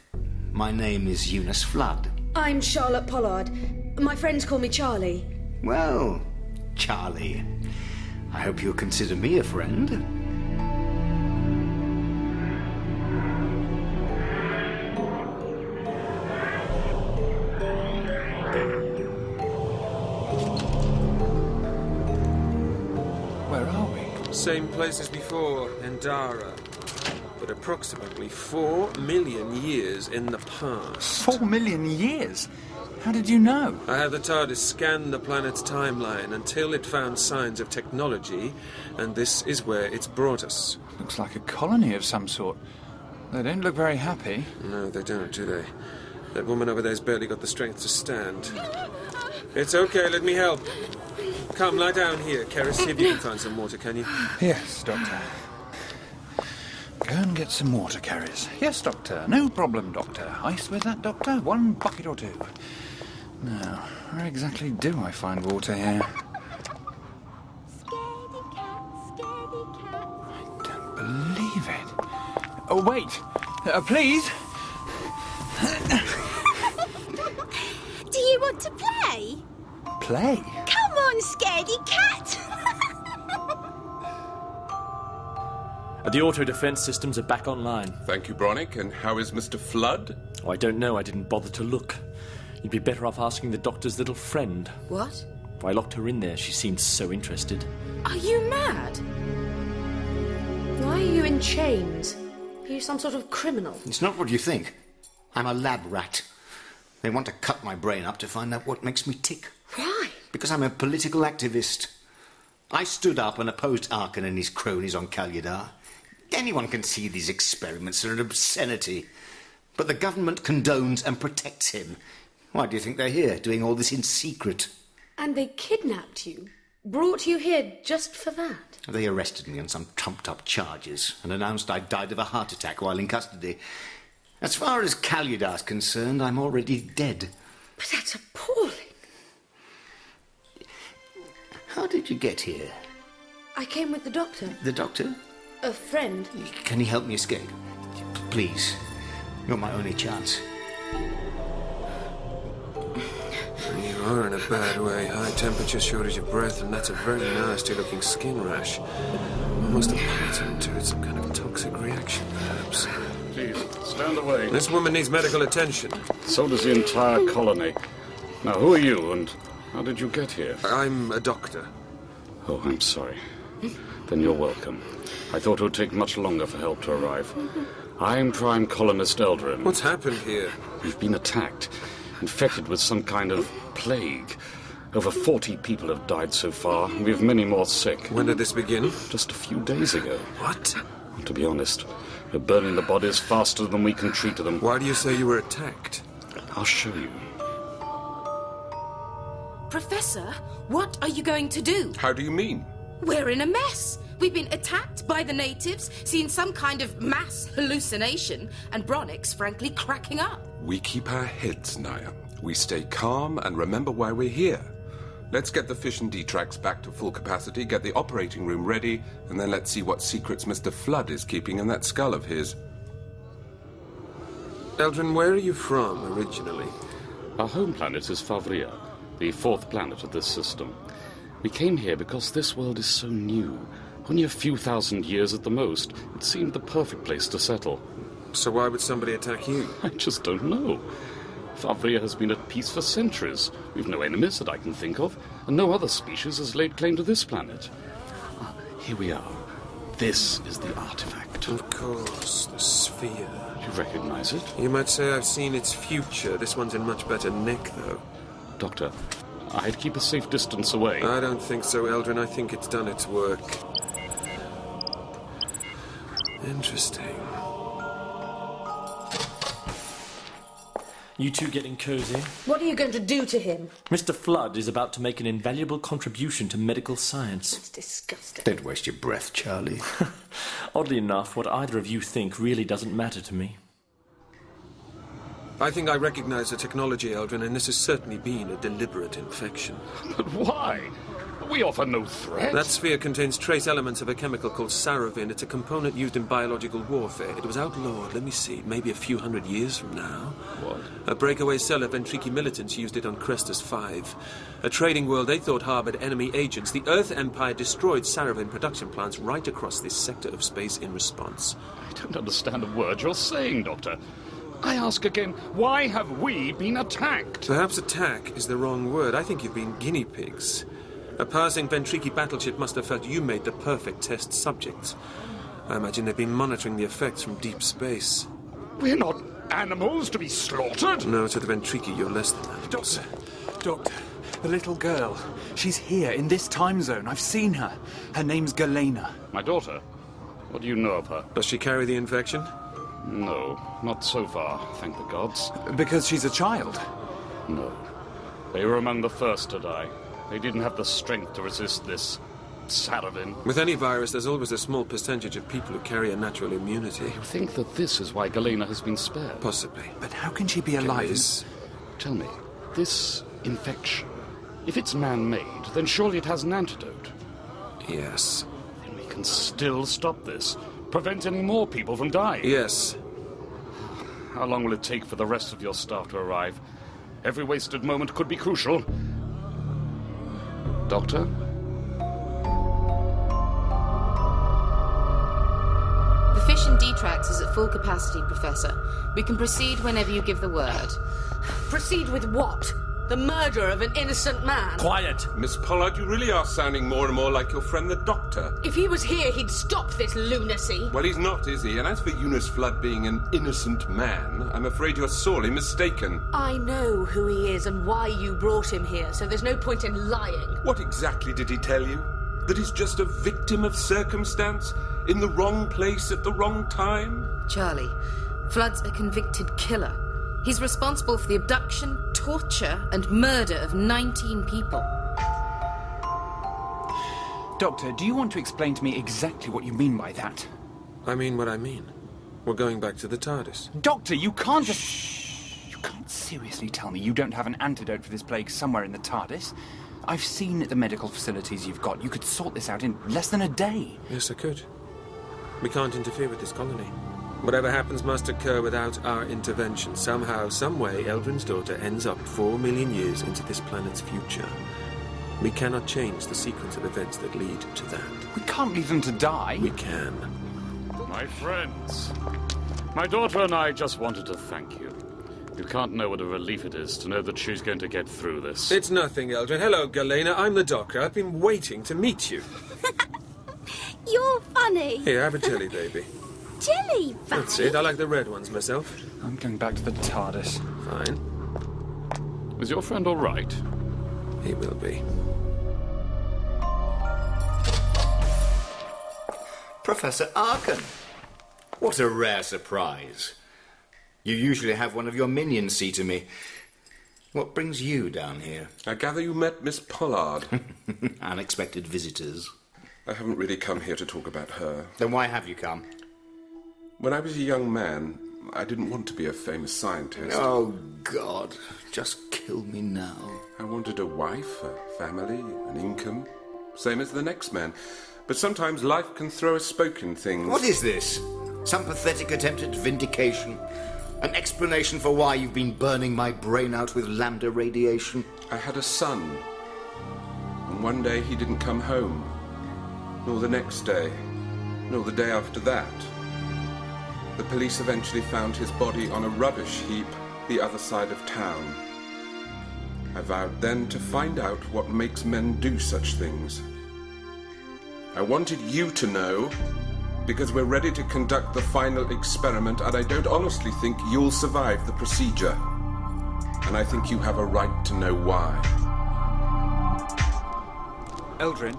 S1: My name is Eunice Flood.
S14: I'm Charlotte Pollard. My friends call me Charlie.
S1: Well, Charlie, I hope you'll consider me a friend.
S5: Where are we?
S7: Same place as before, Endara. But approximately four million years in the past.
S5: Four million years? How did you know?
S7: I had the TARDIS scan the planet's timeline until it found signs of technology, and this is where it's brought us.
S5: Looks like a colony of some sort. They don't look very happy.
S7: No, they don't, do they? That woman over there's barely got the strength to stand. It's okay, let me help. Come, lie down here, Kerry. See if you can find some water, can you?
S5: Yes, Doctor. Go and get some water, Carries. Yes, Doctor. No problem, Doctor. Ice with that, Doctor? One bucket or two. Now, where exactly do I find water here? I don't believe it. Oh, wait. Uh, please.
S16: Do you want to play?
S5: Play.
S16: Come on, scaredy cat!
S8: The auto defense systems are back online.
S9: Thank you, Bronick. And how is Mr. Flood?
S8: Oh, I don't know. I didn't bother to look. You'd be better off asking the doctor's little friend.
S15: What?
S8: I locked her in there. She seemed so interested.
S6: Are you mad? Why are you in chains? Are you some sort of criminal?
S1: It's not what you think. I'm a lab rat. They want to cut my brain up to find out what makes me tick.
S6: Why?
S1: Because I'm a political activist. I stood up and opposed Arkin and his cronies on Kalidar. Anyone can see these experiments are an obscenity. But the government condones and protects him. Why do you think they're here, doing all this in secret?
S6: And they kidnapped you, brought you here just for that.
S1: They arrested me on some trumped up charges and announced I died of a heart attack while in custody. As far as Caludar's concerned, I'm already dead.
S6: But that's appalling.
S1: How did you get here?
S6: I came with the doctor,
S1: The doctor?
S6: a friend.
S1: Can he help me escape? Please. You're my only chance.
S7: You are in a bad way. High temperature, shortage of breath, and that's a very nasty looking skin rash. Almost a pattern to it, some kind of toxic reaction, perhaps.
S2: Please, stand away.
S7: This woman needs medical attention.
S2: So does the entire colony. Now, who are you and how did you get here?
S7: I'm a doctor.
S2: Oh, I'm sorry. Then you're welcome. I thought it would take much longer for help to arrive. I'm Prime Colonist Eldrin.
S7: What's happened here?
S2: You've been attacked, infected with some kind of plague. Over 40 people have died so far, and we have many more sick.
S7: When did this begin?
S2: Just a few days ago.
S7: What?
S2: To be honest, we're burning the bodies faster than we can treat them.
S7: Why do you say you were attacked?
S2: I'll show you.
S16: Professor, what are you going to do?
S9: How do you mean?
S16: We're in a mess. We've been attacked by the natives, seen some kind of mass hallucination, and Bronick's frankly cracking up.
S17: We keep our heads, Naya. We stay calm and remember why we're here. Let's get the fish and D-tracks back to full capacity, get the operating room ready, and then let's see what secrets Mr. Flood is keeping in that skull of his.
S7: Eldrin, where are you from originally?
S2: Our home planet is Favria, the fourth planet of this system. We came here because this world is so new. Only a few thousand years at the most. It seemed the perfect place to settle.
S7: So why would somebody attack you?
S2: I just don't know. Favria has been at peace for centuries. We've no enemies that I can think of, and no other species has laid claim to this planet. Ah, Here we are. This is the artifact.
S7: Of course, the sphere.
S2: You recognize it?
S7: You might say I've seen its future. This one's in much better nick, though.
S2: Doctor, I'd keep a safe distance away.
S7: I don't think so, Eldrin. I think it's done its work. Interesting.
S8: You two getting cozy?
S6: What are you going to do to him?
S8: Mr. Flood is about to make an invaluable contribution to medical science.
S6: It's disgusting.
S1: Don't waste your breath, Charlie.
S8: Oddly enough, what either of you think really doesn't matter to me.
S7: I think I recognize the technology, Eldrin, and this has certainly been a deliberate infection.
S2: But why? We offer no threat.
S7: That sphere contains trace elements of a chemical called sarovin. It's a component used in biological warfare. It was outlawed, let me see, maybe a few hundred years from now.
S2: What?
S7: A breakaway cell of Ventriki militants used it on Crestus 5. A trading world they thought harbored enemy agents. The Earth Empire destroyed sarovin production plants right across this sector of space in response.
S2: I don't understand a word you're saying, Doctor. I ask again, why have we been attacked?
S7: Perhaps attack is the wrong word. I think you've been guinea pigs. A passing Ventriki battleship must have felt you made the perfect test subjects. I imagine they've been monitoring the effects from deep space.
S2: We're not animals to be slaughtered.
S7: No, to the Ventriki, you're less than that.
S5: Doctor, Doctor, the little girl. She's here in this time zone. I've seen her. Her name's Galena.
S2: My daughter? What do you know of her?
S7: Does she carry the infection?
S2: No, not so far, thank the gods.
S5: Because she's a child.
S2: No. They were among the first to die. They didn't have the strength to resist this saravin.
S7: With any virus, there's always a small percentage of people who carry a natural immunity.
S2: You think that this is why Galena has been spared?
S7: Possibly.
S5: But how can she be alive?
S7: Is-
S2: Tell me, this infection, if it's man made, then surely it has an antidote.
S7: Yes.
S2: Then we can still stop this, prevent any more people from dying.
S7: Yes.
S2: How long will it take for the rest of your staff to arrive? Every wasted moment could be crucial. Doctor?
S11: The fish in Detrax is at full capacity, Professor. We can proceed whenever you give the word.
S6: Proceed with what? The murder of an innocent man.
S8: Quiet!
S9: Miss Pollard, you really are sounding more and more like your friend the doctor.
S6: If he was here, he'd stop this lunacy.
S9: Well, he's not, is he? And as for Eunice Flood being an innocent man, I'm afraid you're sorely mistaken.
S6: I know who he is and why you brought him here, so there's no point in lying.
S9: What exactly did he tell you? That he's just a victim of circumstance? In the wrong place at the wrong time?
S11: Charlie, Flood's a convicted killer. He's responsible for the abduction, torture, and murder of 19 people.
S5: Doctor, do you want to explain to me exactly what you mean by that?
S7: I mean what I mean. We're going back to the TARDIS.
S5: Doctor, you can't just. You can't seriously tell me you don't have an antidote for this plague somewhere in the TARDIS. I've seen the medical facilities you've got. You could sort this out in less than a day.
S7: Yes, I could. We can't interfere with this colony. Whatever happens must occur without our intervention. Somehow, someway, Eldrin's daughter ends up four million years into this planet's future. We cannot change the sequence of events that lead to that.
S5: We can't leave them to die.
S7: We can.
S2: My friends, my daughter and I just wanted to thank you. You can't know what a relief it is to know that she's going to get through this.
S7: It's nothing, Eldrin. Hello, Galena. I'm the doctor. I've been waiting to meet you.
S18: You're funny.
S7: Here, have a jelly, baby.
S18: Jelly baby.
S7: That's it. I like the red ones myself.
S5: I'm going back to the TARDIS.
S7: Fine.
S2: Is your friend all right?
S7: He will be.
S1: Professor Arkin. What a rare surprise. You usually have one of your minions see to me. What brings you down here?
S9: I gather you met Miss Pollard.
S1: Unexpected visitors.
S9: I haven't really come here to talk about her.
S1: Then why have you come?
S9: When I was a young man, I didn't want to be a famous scientist.
S1: Oh, God. Just kill me now.
S9: I wanted a wife, a family, an income, same as the next man. But sometimes life can throw a spoke in things.
S1: What is this? Some pathetic attempt at vindication? An explanation for why you've been burning my brain out with lambda radiation?
S9: I had a son, and one day he didn't come home, nor the next day, nor the day after that. The police eventually found his body on a rubbish heap the other side of town. I vowed then to find out what makes men do such things. I wanted you to know because we're ready to conduct the final experiment, and I don't honestly think you'll survive the procedure. and I think you have a right to know why.
S5: Eldrin,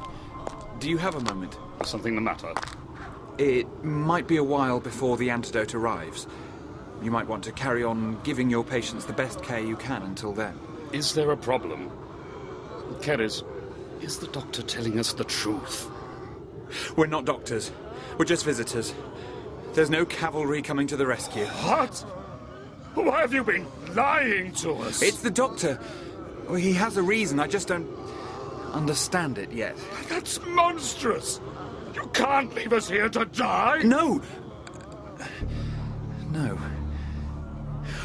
S5: do you have a moment?
S19: Something the matter?
S5: It might be a while before the antidote arrives. You might want to carry on giving your patients the best care you can until then.
S19: Is there a problem? Keres, is the doctor telling us the truth?
S5: We're not doctors. We're just visitors. There's no cavalry coming to the rescue.
S4: What? Why have you been lying to us?
S5: It's the doctor. He has a reason. I just don't understand it yet.
S4: That's monstrous! You can't leave us here to die!
S5: No! No.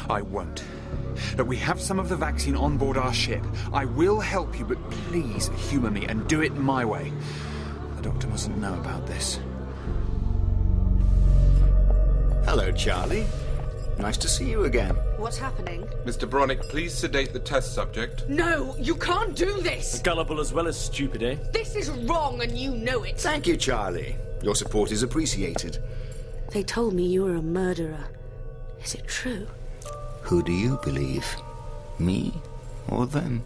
S5: I won't. Look, we have some of the vaccine on board our ship. I will help you, but please humour me and do it my way. The doctor mustn't know about this.
S1: Hello, Charlie. Nice to see you again.
S6: What's happening?
S9: Mr. Bronick, please sedate the test subject.
S6: No, you can't do this!
S8: Gullible as well as stupid, eh?
S6: This is wrong and you know it.
S1: Thank you, Charlie. Your support is appreciated.
S6: They told me you were a murderer. Is it true?
S1: Who do you believe? Me or them?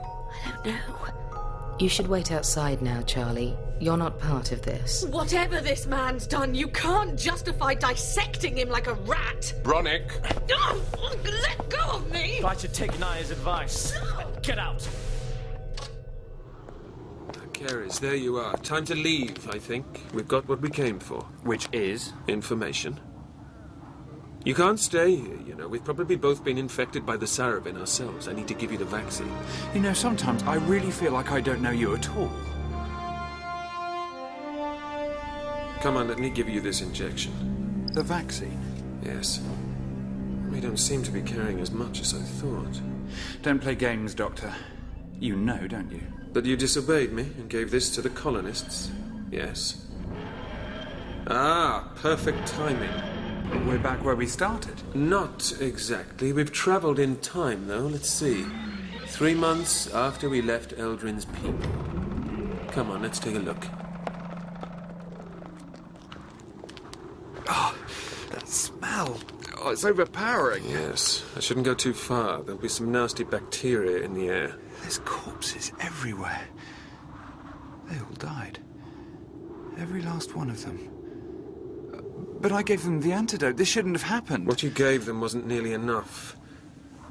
S6: I don't know.
S11: You should wait outside now, Charlie. You're not part of this.
S6: Whatever this man's done, you can't justify dissecting him like a rat.
S9: Bronick!
S6: Oh, let go of me!
S8: I should take Naya's advice. Get out!
S7: Keres, there you are. Time to leave, I think. We've got what we came for.
S5: Which is?
S7: Information. You can't stay here, you know. We've probably both been infected by the Saravin ourselves. I need to give you the vaccine.
S5: You know, sometimes I really feel like I don't know you at all.
S7: Come on, let me give you this injection.
S5: The vaccine?
S7: Yes. We don't seem to be carrying as much as I thought.
S5: Don't play games, Doctor. You know, don't you?
S7: That you disobeyed me and gave this to the colonists? Yes. Ah, perfect timing.
S5: We're back where we started.
S7: Not exactly. We've travelled in time, though. Let's see. Three months after we left Eldrin's Peak. Come on, let's take a look.
S4: Oh, that smell. Oh, it's overpowering.
S7: Yes. I shouldn't go too far. There'll be some nasty bacteria in the air.
S4: There's corpses everywhere. They all died. Every last one of them.
S5: But I gave them the antidote. This shouldn't have happened.
S7: What you gave them wasn't nearly enough.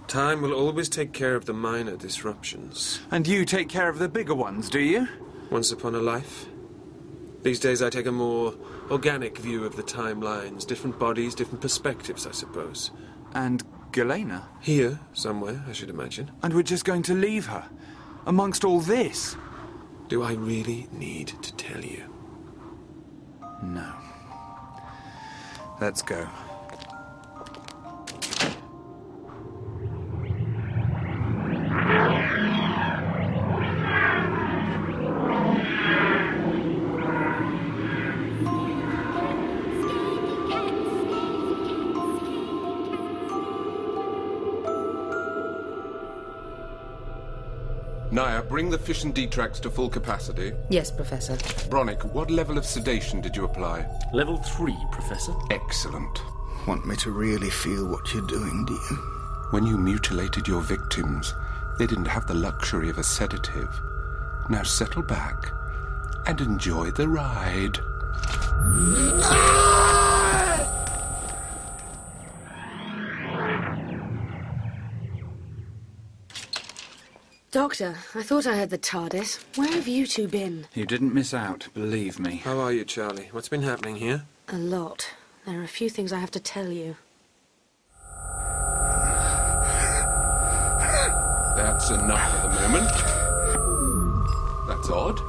S7: Time will always take care of the minor disruptions.
S5: And you take care of the bigger ones, do you?
S7: Once upon a life. These days I take a more organic view of the timelines. Different bodies, different perspectives, I suppose.
S5: And Galena?
S7: Here, somewhere, I should imagine.
S5: And we're just going to leave her. Amongst all this.
S7: Do I really need to tell you?
S5: No. Let's go.
S9: Naya, bring the fission detrax to full capacity.
S11: Yes, Professor.
S9: Bronick, what level of sedation did you apply?
S8: Level three, Professor.
S9: Excellent.
S1: Want me to really feel what you're doing, do you?
S9: When you mutilated your victims, they didn't have the luxury of a sedative. Now settle back and enjoy the ride.
S6: Doctor, I thought I heard the TARDIS. Where have you two been?
S5: You didn't miss out, believe me.
S7: How are you, Charlie? What's been happening here?
S6: A lot. There are a few things I have to tell you.
S9: That's enough at the moment. That's odd.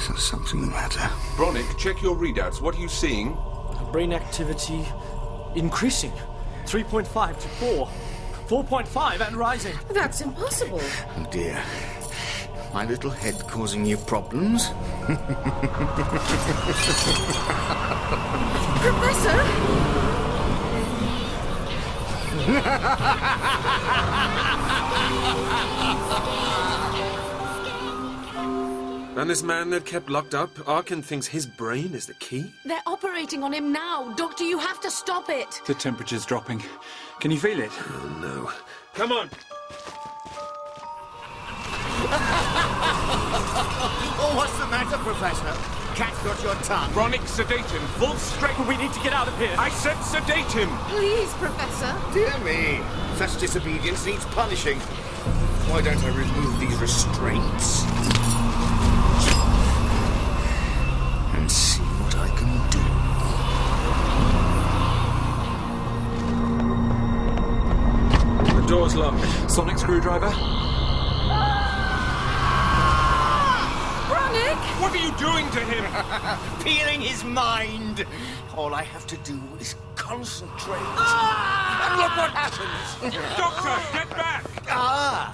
S1: So something the matter.
S9: Bronick, check your readouts. What are you seeing?
S8: Brain activity increasing 3.5 to 4. 4.5 and rising.
S20: That's impossible.
S1: Oh dear. My little head causing you problems?
S20: Professor?
S7: And this man they've kept locked up, Arkin thinks his brain is the key?
S6: They're operating on him now. Doctor, you have to stop it.
S5: The temperature's dropping. Can you feel it?
S7: Oh, no. Come on.
S1: oh, what's the matter, Professor? Cat's got your tongue.
S21: Bronick, sedate him. Full strength.
S22: We need to get out of here.
S21: I said sedate him.
S4: Please, Professor.
S1: Dear me. Such disobedience needs punishing. Why don't I remove these restraints? And see what I can do.
S7: The door's locked.
S5: Sonic screwdriver?
S4: Bronick!
S21: What are you doing to him?
S1: Peeling his mind.
S4: Oh,
S1: All I have to do is concentrate. And look what happens.
S21: Ah! Doctor, get back!
S1: Ah,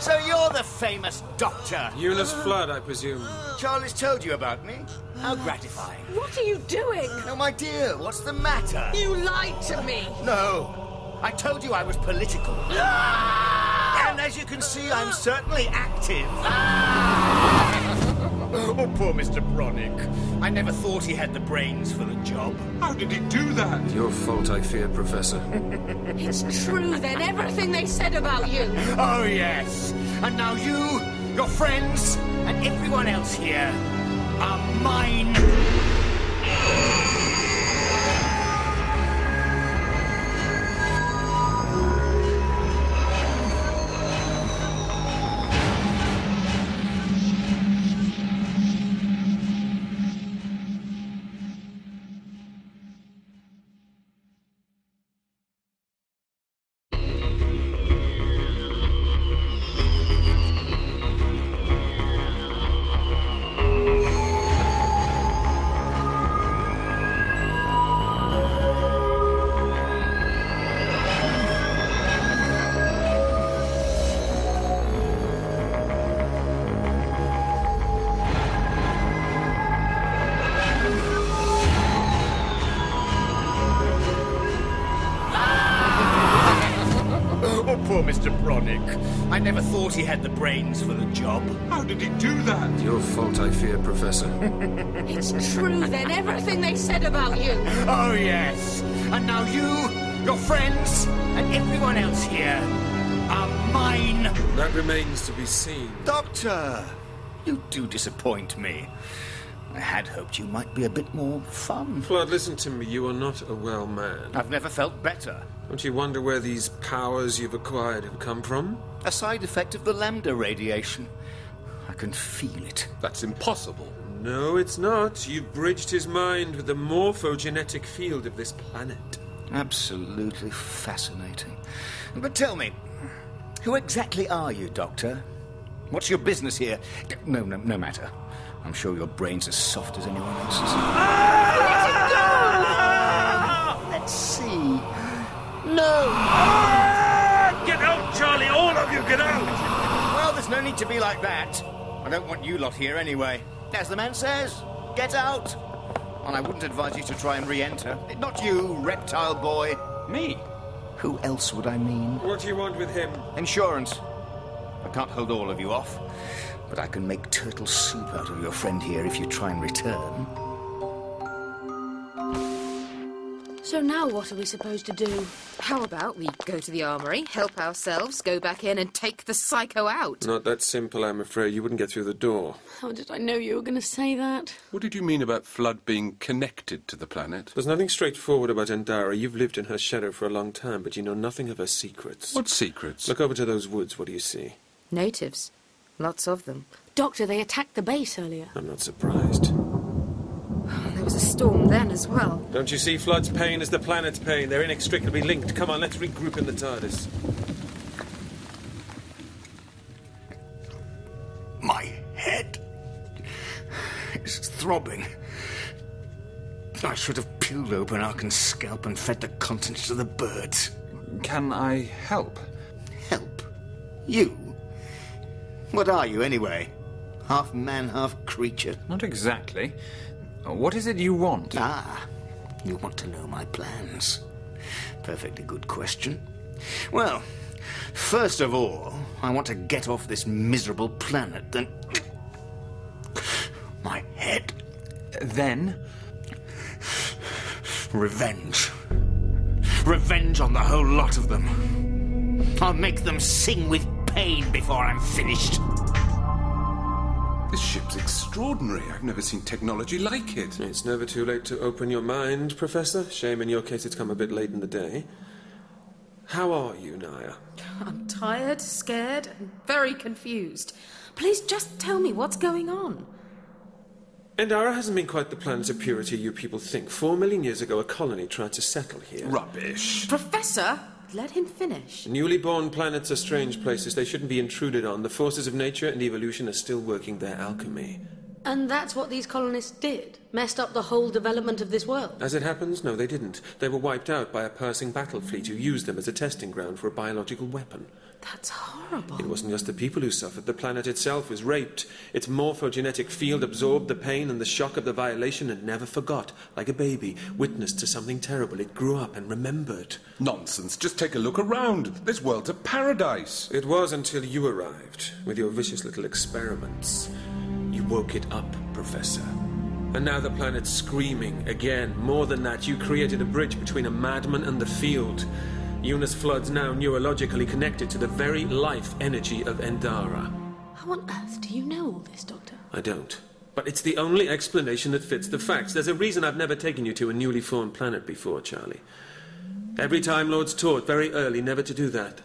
S1: so you're the famous doctor.
S7: Euless Flood, I presume.
S1: Charlie's told you about me. How gratifying.
S4: What are you doing?
S1: Oh, my dear, what's the matter?
S4: You lied to me.
S1: No, I told you I was political.
S4: Ah!
S1: And as you can see, I'm certainly active.
S4: Ah!
S1: oh, poor Mr. Bronick. I never thought he had the brains for the job.
S21: How did he do that?
S23: Your fault, I fear, Professor.
S4: It's true then, everything they said about you.
S1: Oh, yes. And now you, your friends, and everyone else here are mine. Oh, poor Mr. Bronick. I never thought he had the brains for the job.
S21: How did he do that?
S23: Your fault, I fear, Professor.
S4: It's true then, everything they said about you.
S1: Oh, yes. And now you, your friends, and everyone else here are mine.
S7: That remains to be seen.
S1: Doctor, you do disappoint me. I had hoped you might be a bit more fun.
S7: Flood, listen to me. You are not a well man.
S1: I've never felt better.
S7: Don't you wonder where these powers you've acquired have come from?
S1: A side effect of the lambda radiation. I can feel it.
S24: That's impossible.
S7: No, it's not. You've bridged his mind with the morphogenetic field of this planet.
S1: Absolutely fascinating. But tell me, who exactly are you, Doctor? What's your business here? D- No, no, no matter. I'm sure your brain's as soft as anyone else's. Let's see. No!
S21: Get out, Charlie! All of you, get out!
S1: Well, there's no need to be like that. I don't want you lot here anyway. As the man says, get out. And I wouldn't advise you to try and re enter. Not you, reptile boy.
S25: Me?
S1: Who else would I mean?
S7: What do you want with him?
S1: Insurance. I can't hold all of you off, but I can make turtle soup out of your friend here if you try and return.
S6: So now what are we supposed to do?
S11: How about we go to the armory, help ourselves, go back in, and take the psycho out?
S7: Not that simple, I'm afraid. You wouldn't get through the door.
S6: How did I know you were going to say that?
S24: What did you mean about Flood being connected to the planet?
S7: There's nothing straightforward about Andara. You've lived in her shadow for a long time, but you know nothing of her secrets.
S24: What secrets?
S7: Look over to those woods. What do you see?
S11: Natives. Lots of them.
S6: Doctor, they attacked the base earlier.
S7: I'm not surprised.
S11: There was a storm then as well.
S7: Don't you see Flood's pain is the planet's pain? They're inextricably linked. Come on, let's regroup in the TARDIS.
S26: My head is throbbing. I should have peeled open Arkan's scalp and fed the contents to the birds.
S5: Can I help?
S26: Help.
S1: You? What are you, anyway? Half man, half creature.
S5: Not exactly. What is it you want?
S26: Ah, you want to know my plans. Perfectly good question. Well,
S1: First of all, I want to get off this miserable planet, then. My head.
S5: Then?
S26: revenge. Revenge on the whole lot of them.
S27: I'll make them sing with pain before I'm finished.
S9: This ship's extraordinary. I've never seen technology like it.
S7: It's never too late to open your mind, Professor. Shame in your case it's come a bit late in the day. How are you, Naya?
S28: I'm tired, scared, and very confused. Please just tell me what's going on.
S7: Endara hasn't been quite the planet of purity you people think. Four million years ago, a colony tried to settle here.
S9: Rubbish.
S28: Professor, let him finish.
S7: Newly born planets are strange places. They shouldn't be intruded on. The forces of nature and evolution are still working their alchemy.
S6: And that's what these colonists did. Messed up the whole development of this world.
S7: As it happens, no, they didn't. They were wiped out by a passing battle fleet who used them as a testing ground for a biological weapon.
S28: That's horrible.
S7: It wasn't just the people who suffered. The planet itself was raped. Its morphogenetic field absorbed the pain and the shock of the violation and never forgot. Like a baby, witness to something terrible, it grew up and remembered.
S9: Nonsense. Just take a look around. This world's a paradise.
S7: It was until you arrived with your vicious little experiments. You woke it up, Professor. And now the planet's screaming again. More than that, you created a bridge between a madman and the field. Eunice Flood's now neurologically connected to the very life energy of Endara.
S6: How on earth do you know all this, Doctor?
S7: I don't. But it's the only explanation that fits the facts. There's a reason I've never taken you to a newly formed planet before, Charlie. Every time Lord's taught very early never to do that.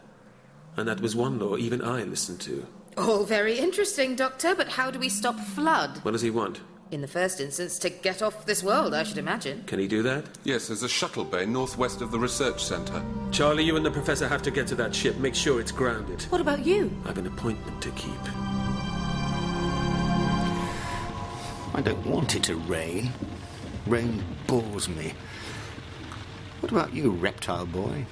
S7: And that was one law even I listened to.
S28: All very interesting, Doctor, but how do we stop Flood?
S7: What does he want?
S28: In the first instance, to get off this world, I should imagine.
S7: Can he do that?
S9: Yes, there's a shuttle bay northwest of the research centre.
S7: Charlie, you and the Professor have to get to that ship. Make sure it's grounded.
S6: What about you?
S7: I've an appointment to keep.
S1: I don't want it to rain. Rain bores me. What about you, reptile boy?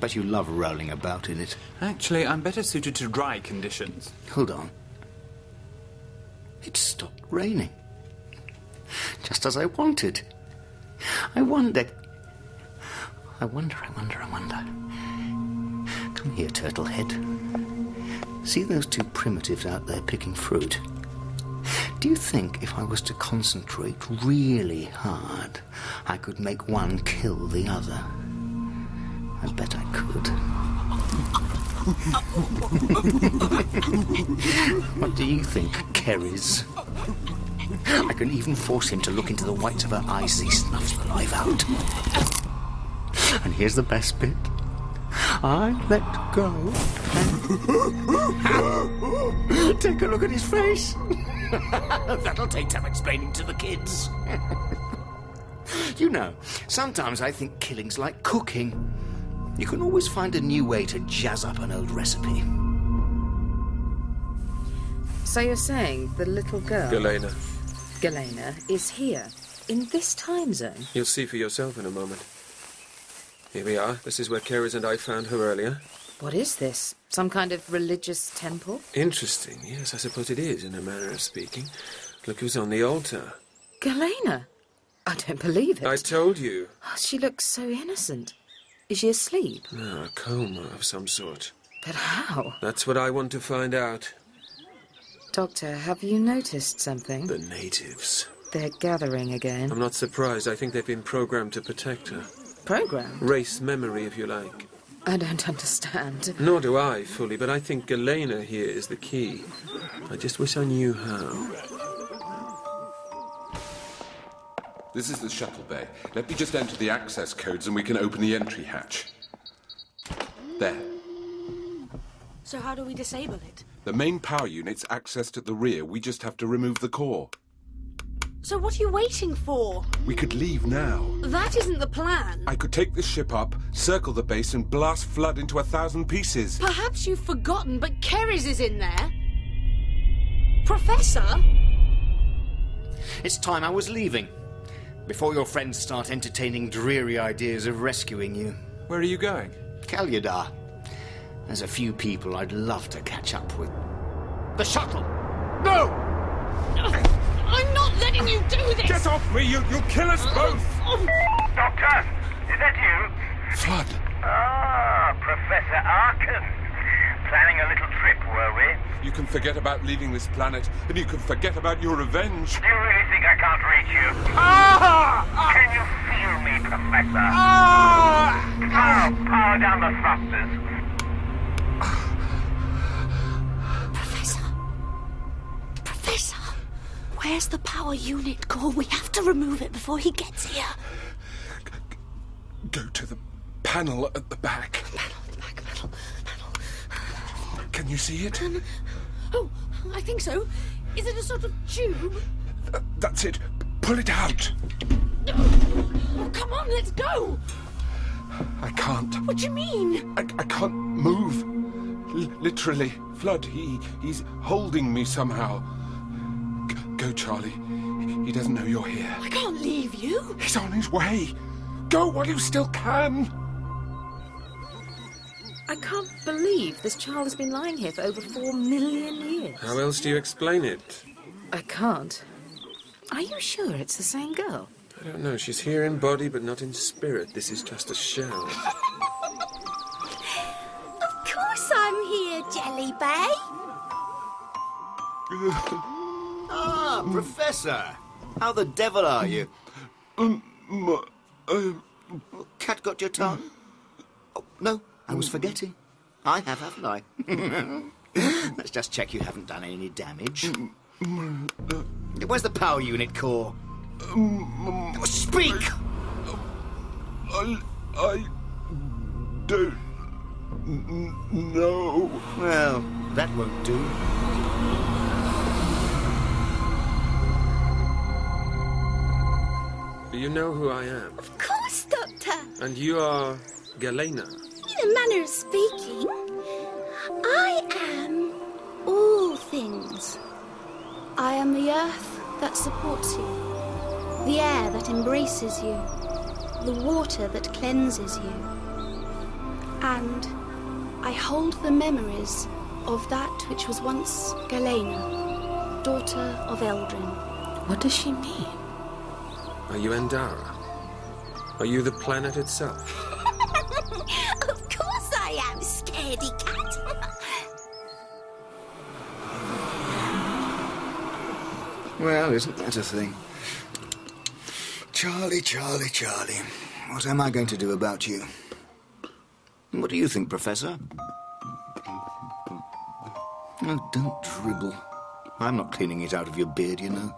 S1: Bet you love rolling about in it.
S29: Actually, I'm better suited to dry conditions.
S1: Hold on. It stopped raining. Just as I wanted. I wondered. I wonder, I wonder, I wonder. Come here, Turtlehead. See those two primitives out there picking fruit? Do you think if I was to concentrate really hard, I could make one kill the other? I bet I could.
S4: Uh,
S1: what do you think, Kerry's? I can even force him to look into the whites of her eyes as he snuffs the life out. And here's the best bit. I let go. and- take a look at his face. That'll take time explaining to the kids. you know, sometimes I think killing's like cooking. You can always find a new way to jazz up an old recipe.
S11: So you're saying the little girl,
S7: Galena,
S11: Galena, is here in this time zone?
S7: you'll see for yourself in a moment. Here we are. This is where Keres and I found her earlier.
S11: What is this? Some kind of religious temple?
S7: Interesting. Yes, I suppose it is, in a manner of speaking. Look who's on the altar.
S11: Galena? I don't believe it.
S7: I told you.
S11: Oh, she looks so innocent. Is she asleep?
S7: No, Ah, a coma of some sort.
S11: But how?
S7: That's what I want to find out.
S11: Doctor, have you noticed something?
S7: The natives.
S11: They're gathering again.
S7: I'm not surprised. I think they've been programmed to protect her.
S11: Program?
S7: Race memory, if you like.
S11: I don't understand.
S7: Nor do I fully, but I think Galena here is the key. I just wish I knew how.
S9: This is the shuttle bay. Let me just enter the access codes and we can open the entry hatch. There.
S6: So, how do we disable it?
S9: The main power unit's accessed at the rear. We just have to remove the core.
S6: So, what are you waiting for?
S9: We could leave now.
S6: That isn't the plan.
S9: I could take this ship up, circle the base, and blast Flood into a thousand pieces.
S6: Perhaps you've forgotten, but Kerry's is in there. Professor?
S27: It's time I was leaving. Before your friends start entertaining dreary ideas of rescuing you.
S29: Where are you going?
S27: Kalyadar. There's a few people I'd love to catch up with. The shuttle! No!
S30: I'm not letting you do this!
S31: Get off me, you, you'll kill us both!
S6: Oh.
S4: Doctor, is that you?
S9: Flood!
S4: Ah, Professor Arkin. Planning a little trip, were we?
S9: You can forget about leaving this planet, and you can forget about your revenge.
S4: Do you really think I can't reach you? Ah! Can you feel me, Professor? Ah! Now, power down the thrusters.
S18: Professor, where's the power unit core? We have to remove it before he gets here.
S9: Go to the panel at the back. Can you see it?
S6: Oh, I think so. Is it a sort of tube?
S9: Th- That's it. Pull it out.
S6: Oh, come on, let's go!
S9: I can't.
S6: What do you mean?
S9: I, I can't move. L- literally. Flood, he, he's holding me somehow. G- go, Charlie. He doesn't know you're here.
S6: I can't leave you.
S9: He's on his way. Go while you still can.
S11: I can't believe this child has been lying here for over four million years.
S7: How else do you explain it?
S11: I can't. Are you sure it's the same girl?
S7: I don't know. She's here in body, but not in spirit. This is just a shell.
S18: Of course I'm here, Jelly Bay.
S1: Ah, Professor! How the devil are you? Cat got your tongue? Oh, no, I was forgetting. I have, haven't I? Let's just check you haven't done any damage. Where's the power unit core? Speak!
S9: I, I don't know.
S1: Well, that won't do.
S7: You know who I am.
S18: Of course, Doctor.
S7: And you are Galena.
S18: In a manner of speaking, I am all things. I am the earth that supports you, the air that embraces you, the water that cleanses you. And I hold the memories of that which was once Galena, daughter of Eldrin.
S11: What does she mean?
S7: Are you Endara? Are you the planet itself?
S18: of course I am, scaredy cat.
S32: Well, isn't that a thing? Charlie, Charlie, Charlie. What am I going to do about you?
S1: What do you think, Professor? Oh, don't dribble. I'm not cleaning it out of your beard, you know.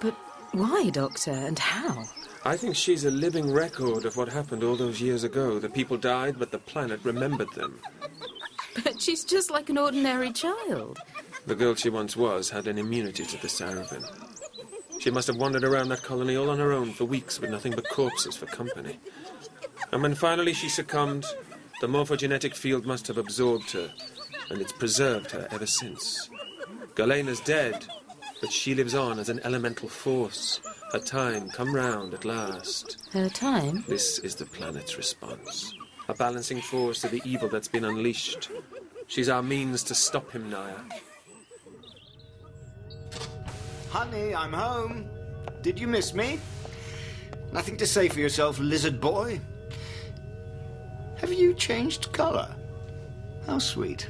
S33: But why, Doctor, and how?
S7: I think she's a living record of what happened all those years ago. The people died, but the planet remembered them.
S11: But she's just like an ordinary child.
S7: The girl she once was had an immunity to the Sarabin. She must have wandered around that colony all on her own for weeks with nothing but corpses for company. And when finally she succumbed, the morphogenetic field must have absorbed her, and it's preserved her ever since. Galena's dead, but she lives on as an elemental force. Her time come round at last.
S33: Her time?
S7: This is the planet's response. A balancing force to the evil that's been unleashed. She's our means to stop him, Naya.
S1: Honey, I'm home. Did you miss me? Nothing to say for yourself, lizard boy. Have you changed colour? How sweet.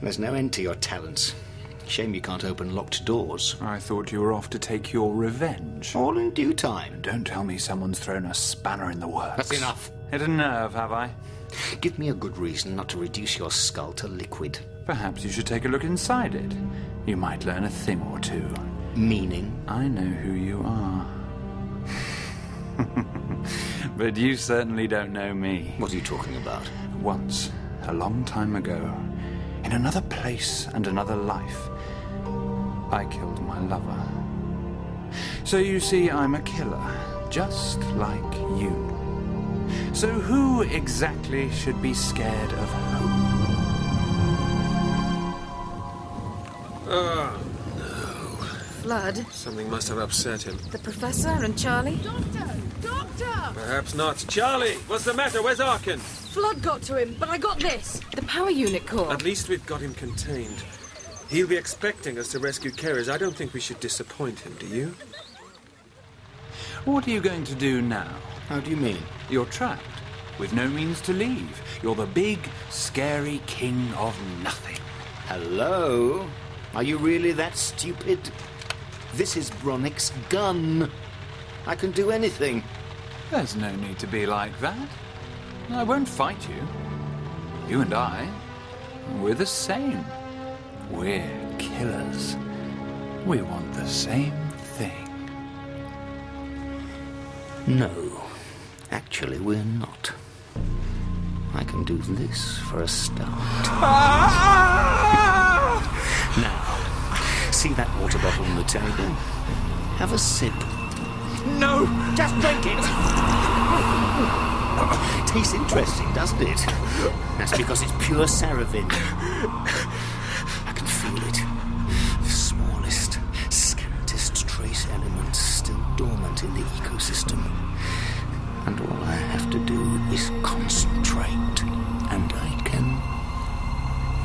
S1: There's no end to your talents. Shame you can't open locked doors.
S5: I thought you were off to take your revenge.
S1: All in due time.
S5: Don't tell me someone's thrown a spanner in the works.
S1: That's enough.
S5: Hit a nerve, have I?
S1: Give me a good reason not to reduce your skull to liquid.
S5: Perhaps you should take a look inside it. You might learn a thing or two.
S1: Meaning?
S5: I know who you are. but you certainly don't know me.
S1: What are you talking about?
S5: Once, a long time ago, in another place and another life, I killed my lover. So you see, I'm a killer, just like you. So who exactly should be scared of whom?
S7: Ah,
S11: Flood,
S7: something must have upset him.
S11: the professor, and Charlie?
S34: Doctor! Doctor!
S7: Perhaps not. Charlie, what's the matter? Where's Arkin?
S34: Flood got to him, but I got this.
S11: The power unit core.
S7: At least we've got him contained. He'll be expecting us to rescue Keres. I don't think we should disappoint him, do you?
S5: What are you going to do now?
S1: How do you mean?
S5: You're trapped, with no means to leave. You're the big, scary king of nothing.
S1: Hello? Are you really that stupid? This is Bronick's gun. I can do anything.
S5: There's no need to be like that. I won't fight you. You and I, we're the same. We're killers. We want the same thing.
S35: No, actually, we're not. I can do this for a start.
S1: Ah!
S35: Now, see that water bottle on the table? Have a sip.
S1: No! Just drink it!
S35: Tastes interesting, doesn't it? That's because it's pure Saravin. I can feel it. The smallest, scantest trace elements still dormant in the ecosystem. And all I have to do is concentrate, and I can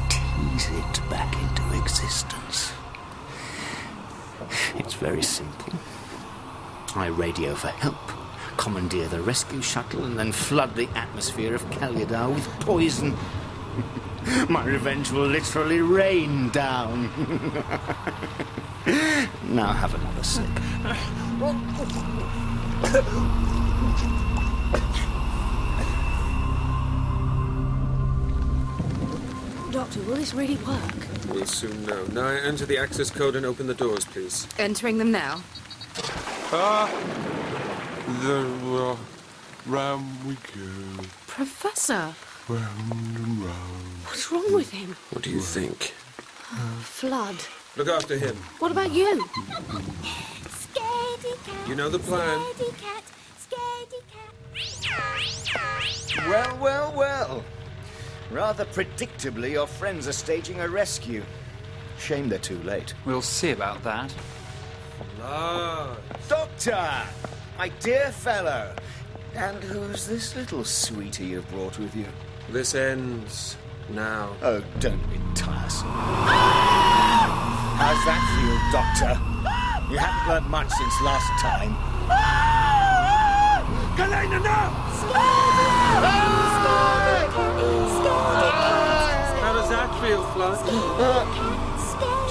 S35: tease it back into existence. It's very simple. I radio for help, commandeer the rescue shuttle, and then flood the atmosphere of Calidar with poison. My revenge will literally rain down. now have another sip.
S6: Doctor, will this really work?
S7: We'll soon know. Naya, enter the access code and open the doors, please.
S11: Entering them now.
S36: Ah, there uh, round we go,
S6: Professor,
S36: round and round.
S6: what's wrong with him?
S7: What do you think?
S6: Flood.
S7: Look after him.
S6: What about you?
S7: You know the plan.
S1: Well, well, well. Rather predictably, your friends are staging a rescue. Shame they're too late.
S5: We'll see about that.
S1: Doctor! My dear fellow! And who's this little sweetie you've brought with you?
S7: This ends now.
S1: Oh, don't be tiresome. How's that feel, Doctor? You haven't learned much since last time.
S4: Galena, no!
S7: How does that feel, Flood?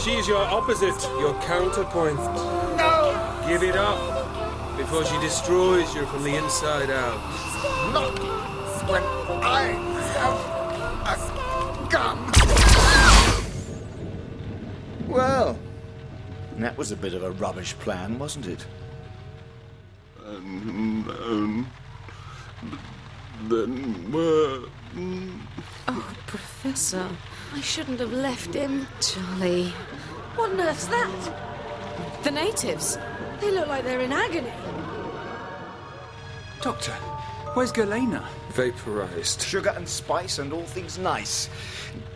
S7: She's your opposite, your counterpoint. No! Give it up before she destroys you from the inside out.
S4: Not when I have a gun.
S1: Well, that was a bit of a rubbish plan, wasn't it?
S9: And, um, then we're. mm,
S6: Oh, Professor. I shouldn't have left him.
S37: Charlie.
S6: What on earth's that?
S37: The natives.
S6: They look like they're in agony.
S5: Doctor, where's Galena?
S7: Vaporized.
S1: Sugar and spice and all things nice.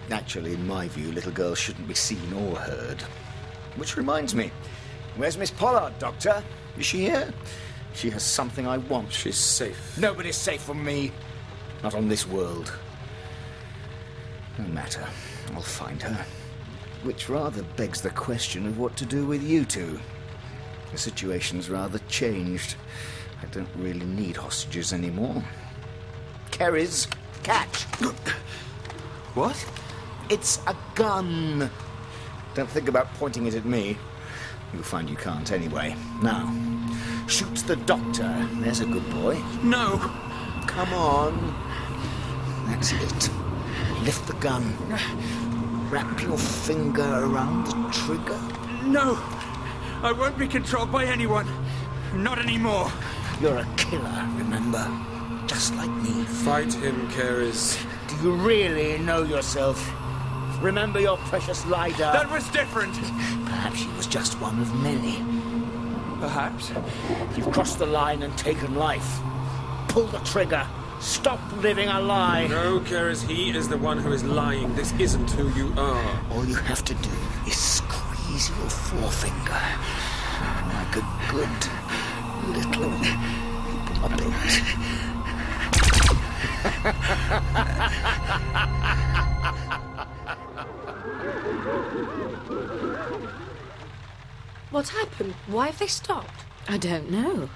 S1: Naturally, in my view, little girls shouldn't be seen or heard. Which reminds me, where's Miss Pollard, Doctor? Is she here? She has something I want.
S7: She's safe.
S1: Nobody's safe from me. Not on this world. No matter. I'll find her. Which rather begs the question of what to do with you two. The situation's rather changed. I don't really need hostages anymore. Kerry's catch. What? It's a gun. Don't think about pointing it at me. You'll find you can't anyway. Now, shoot the doctor. There's a good boy.
S5: No!
S1: Come on. That's it. Lift the gun. Wrap your finger around the trigger.
S4: No, I won't be controlled by anyone. Not anymore.
S1: You're a killer, remember? Just like me.
S7: Fight him, Keres.
S1: Do you really know yourself? Remember your precious Lyda?
S4: That was different.
S1: Perhaps she was just one of many. Perhaps. You've crossed the line and taken life. Pull the trigger. Stop living a lie.
S7: No, Keres, he is the one who is lying. This isn't who you are.
S1: All you have to do is squeeze your forefinger like a good little puppet.
S6: What happened? Why have they stopped?
S37: I don't know.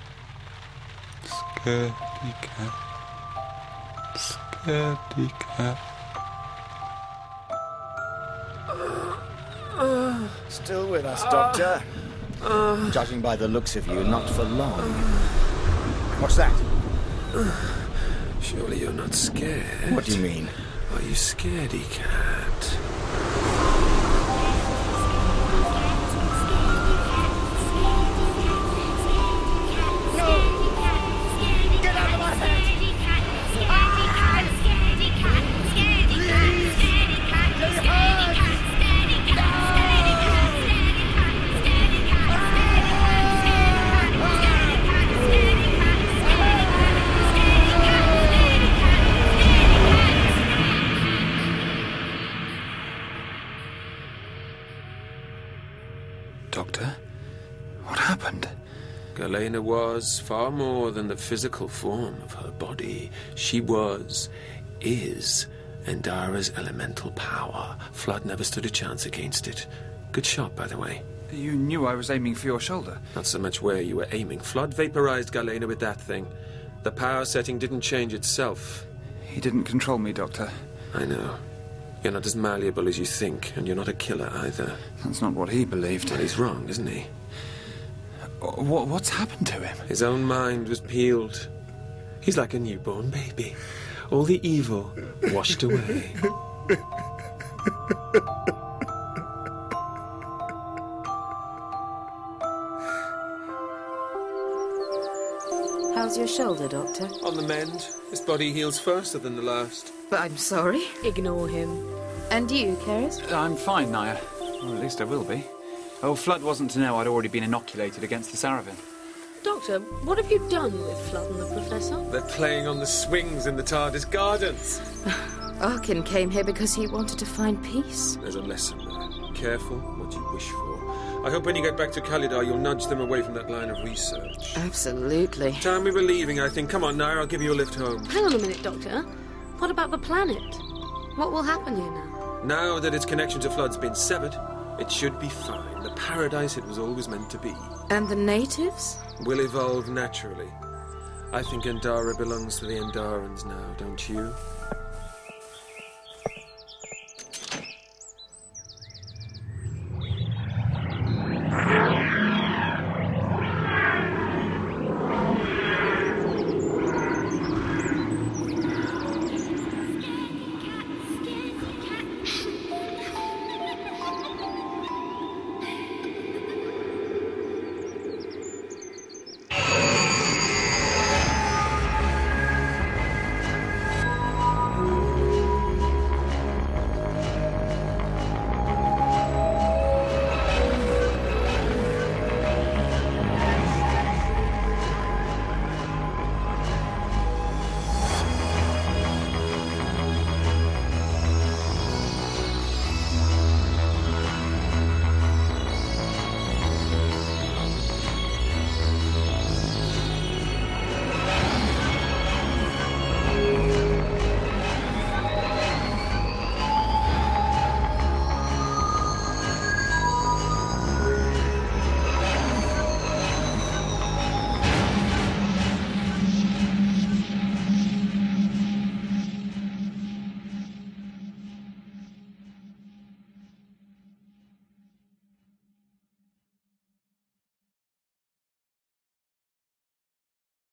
S9: Scaredy cat. Scaredy cat.
S1: Still with us, Doctor. Judging by the looks of you, not for long. What's that?
S7: Surely you're not scared.
S1: What do you mean?
S7: Are you scared, he cat?
S5: Doctor? What happened?
S7: Galena was far more than the physical form of her body. She was, is, Endara's elemental power. Flood never stood a chance against it. Good shot, by the way.
S5: You knew I was aiming for your shoulder.
S7: Not so much where you were aiming. Flood vaporized Galena with that thing. The power setting didn't change itself.
S5: He didn't control me, Doctor.
S7: I know. You're not as malleable as you think, and you're not a killer either.
S5: That's not what he believed.
S7: Well, he's wrong, isn't he?
S5: What, what's happened to him?
S7: His own mind was peeled. He's like a newborn baby. All the evil washed away.
S38: How's your shoulder, Doctor?
S7: On the mend. His body heals faster than the last.
S11: But I'm sorry.
S39: Ignore him.
S11: And you, Keris?
S5: I'm fine, Naya. Or at least I will be. Oh, Flood wasn't to know I'd already been inoculated against the Saravin.
S6: Doctor, what have you done with Flood and the Professor?
S7: They're playing on the swings in the TARDIS gardens.
S11: Arkin came here because he wanted to find peace.
S7: There's a lesson there. Careful what you wish for. I hope when you get back to Kalidar, you'll nudge them away from that line of research.
S11: Absolutely.
S7: Time we were leaving, I think. Come on, Naya, I'll give you a lift home.
S6: Hang on a minute, Doctor. What about the planet? What will happen here now?
S7: Now that its connection to Flood's been severed, it should be fine. The paradise it was always meant to be
S11: And the natives?
S7: will evolve naturally. I think Endara belongs to the Endarans now, don't you?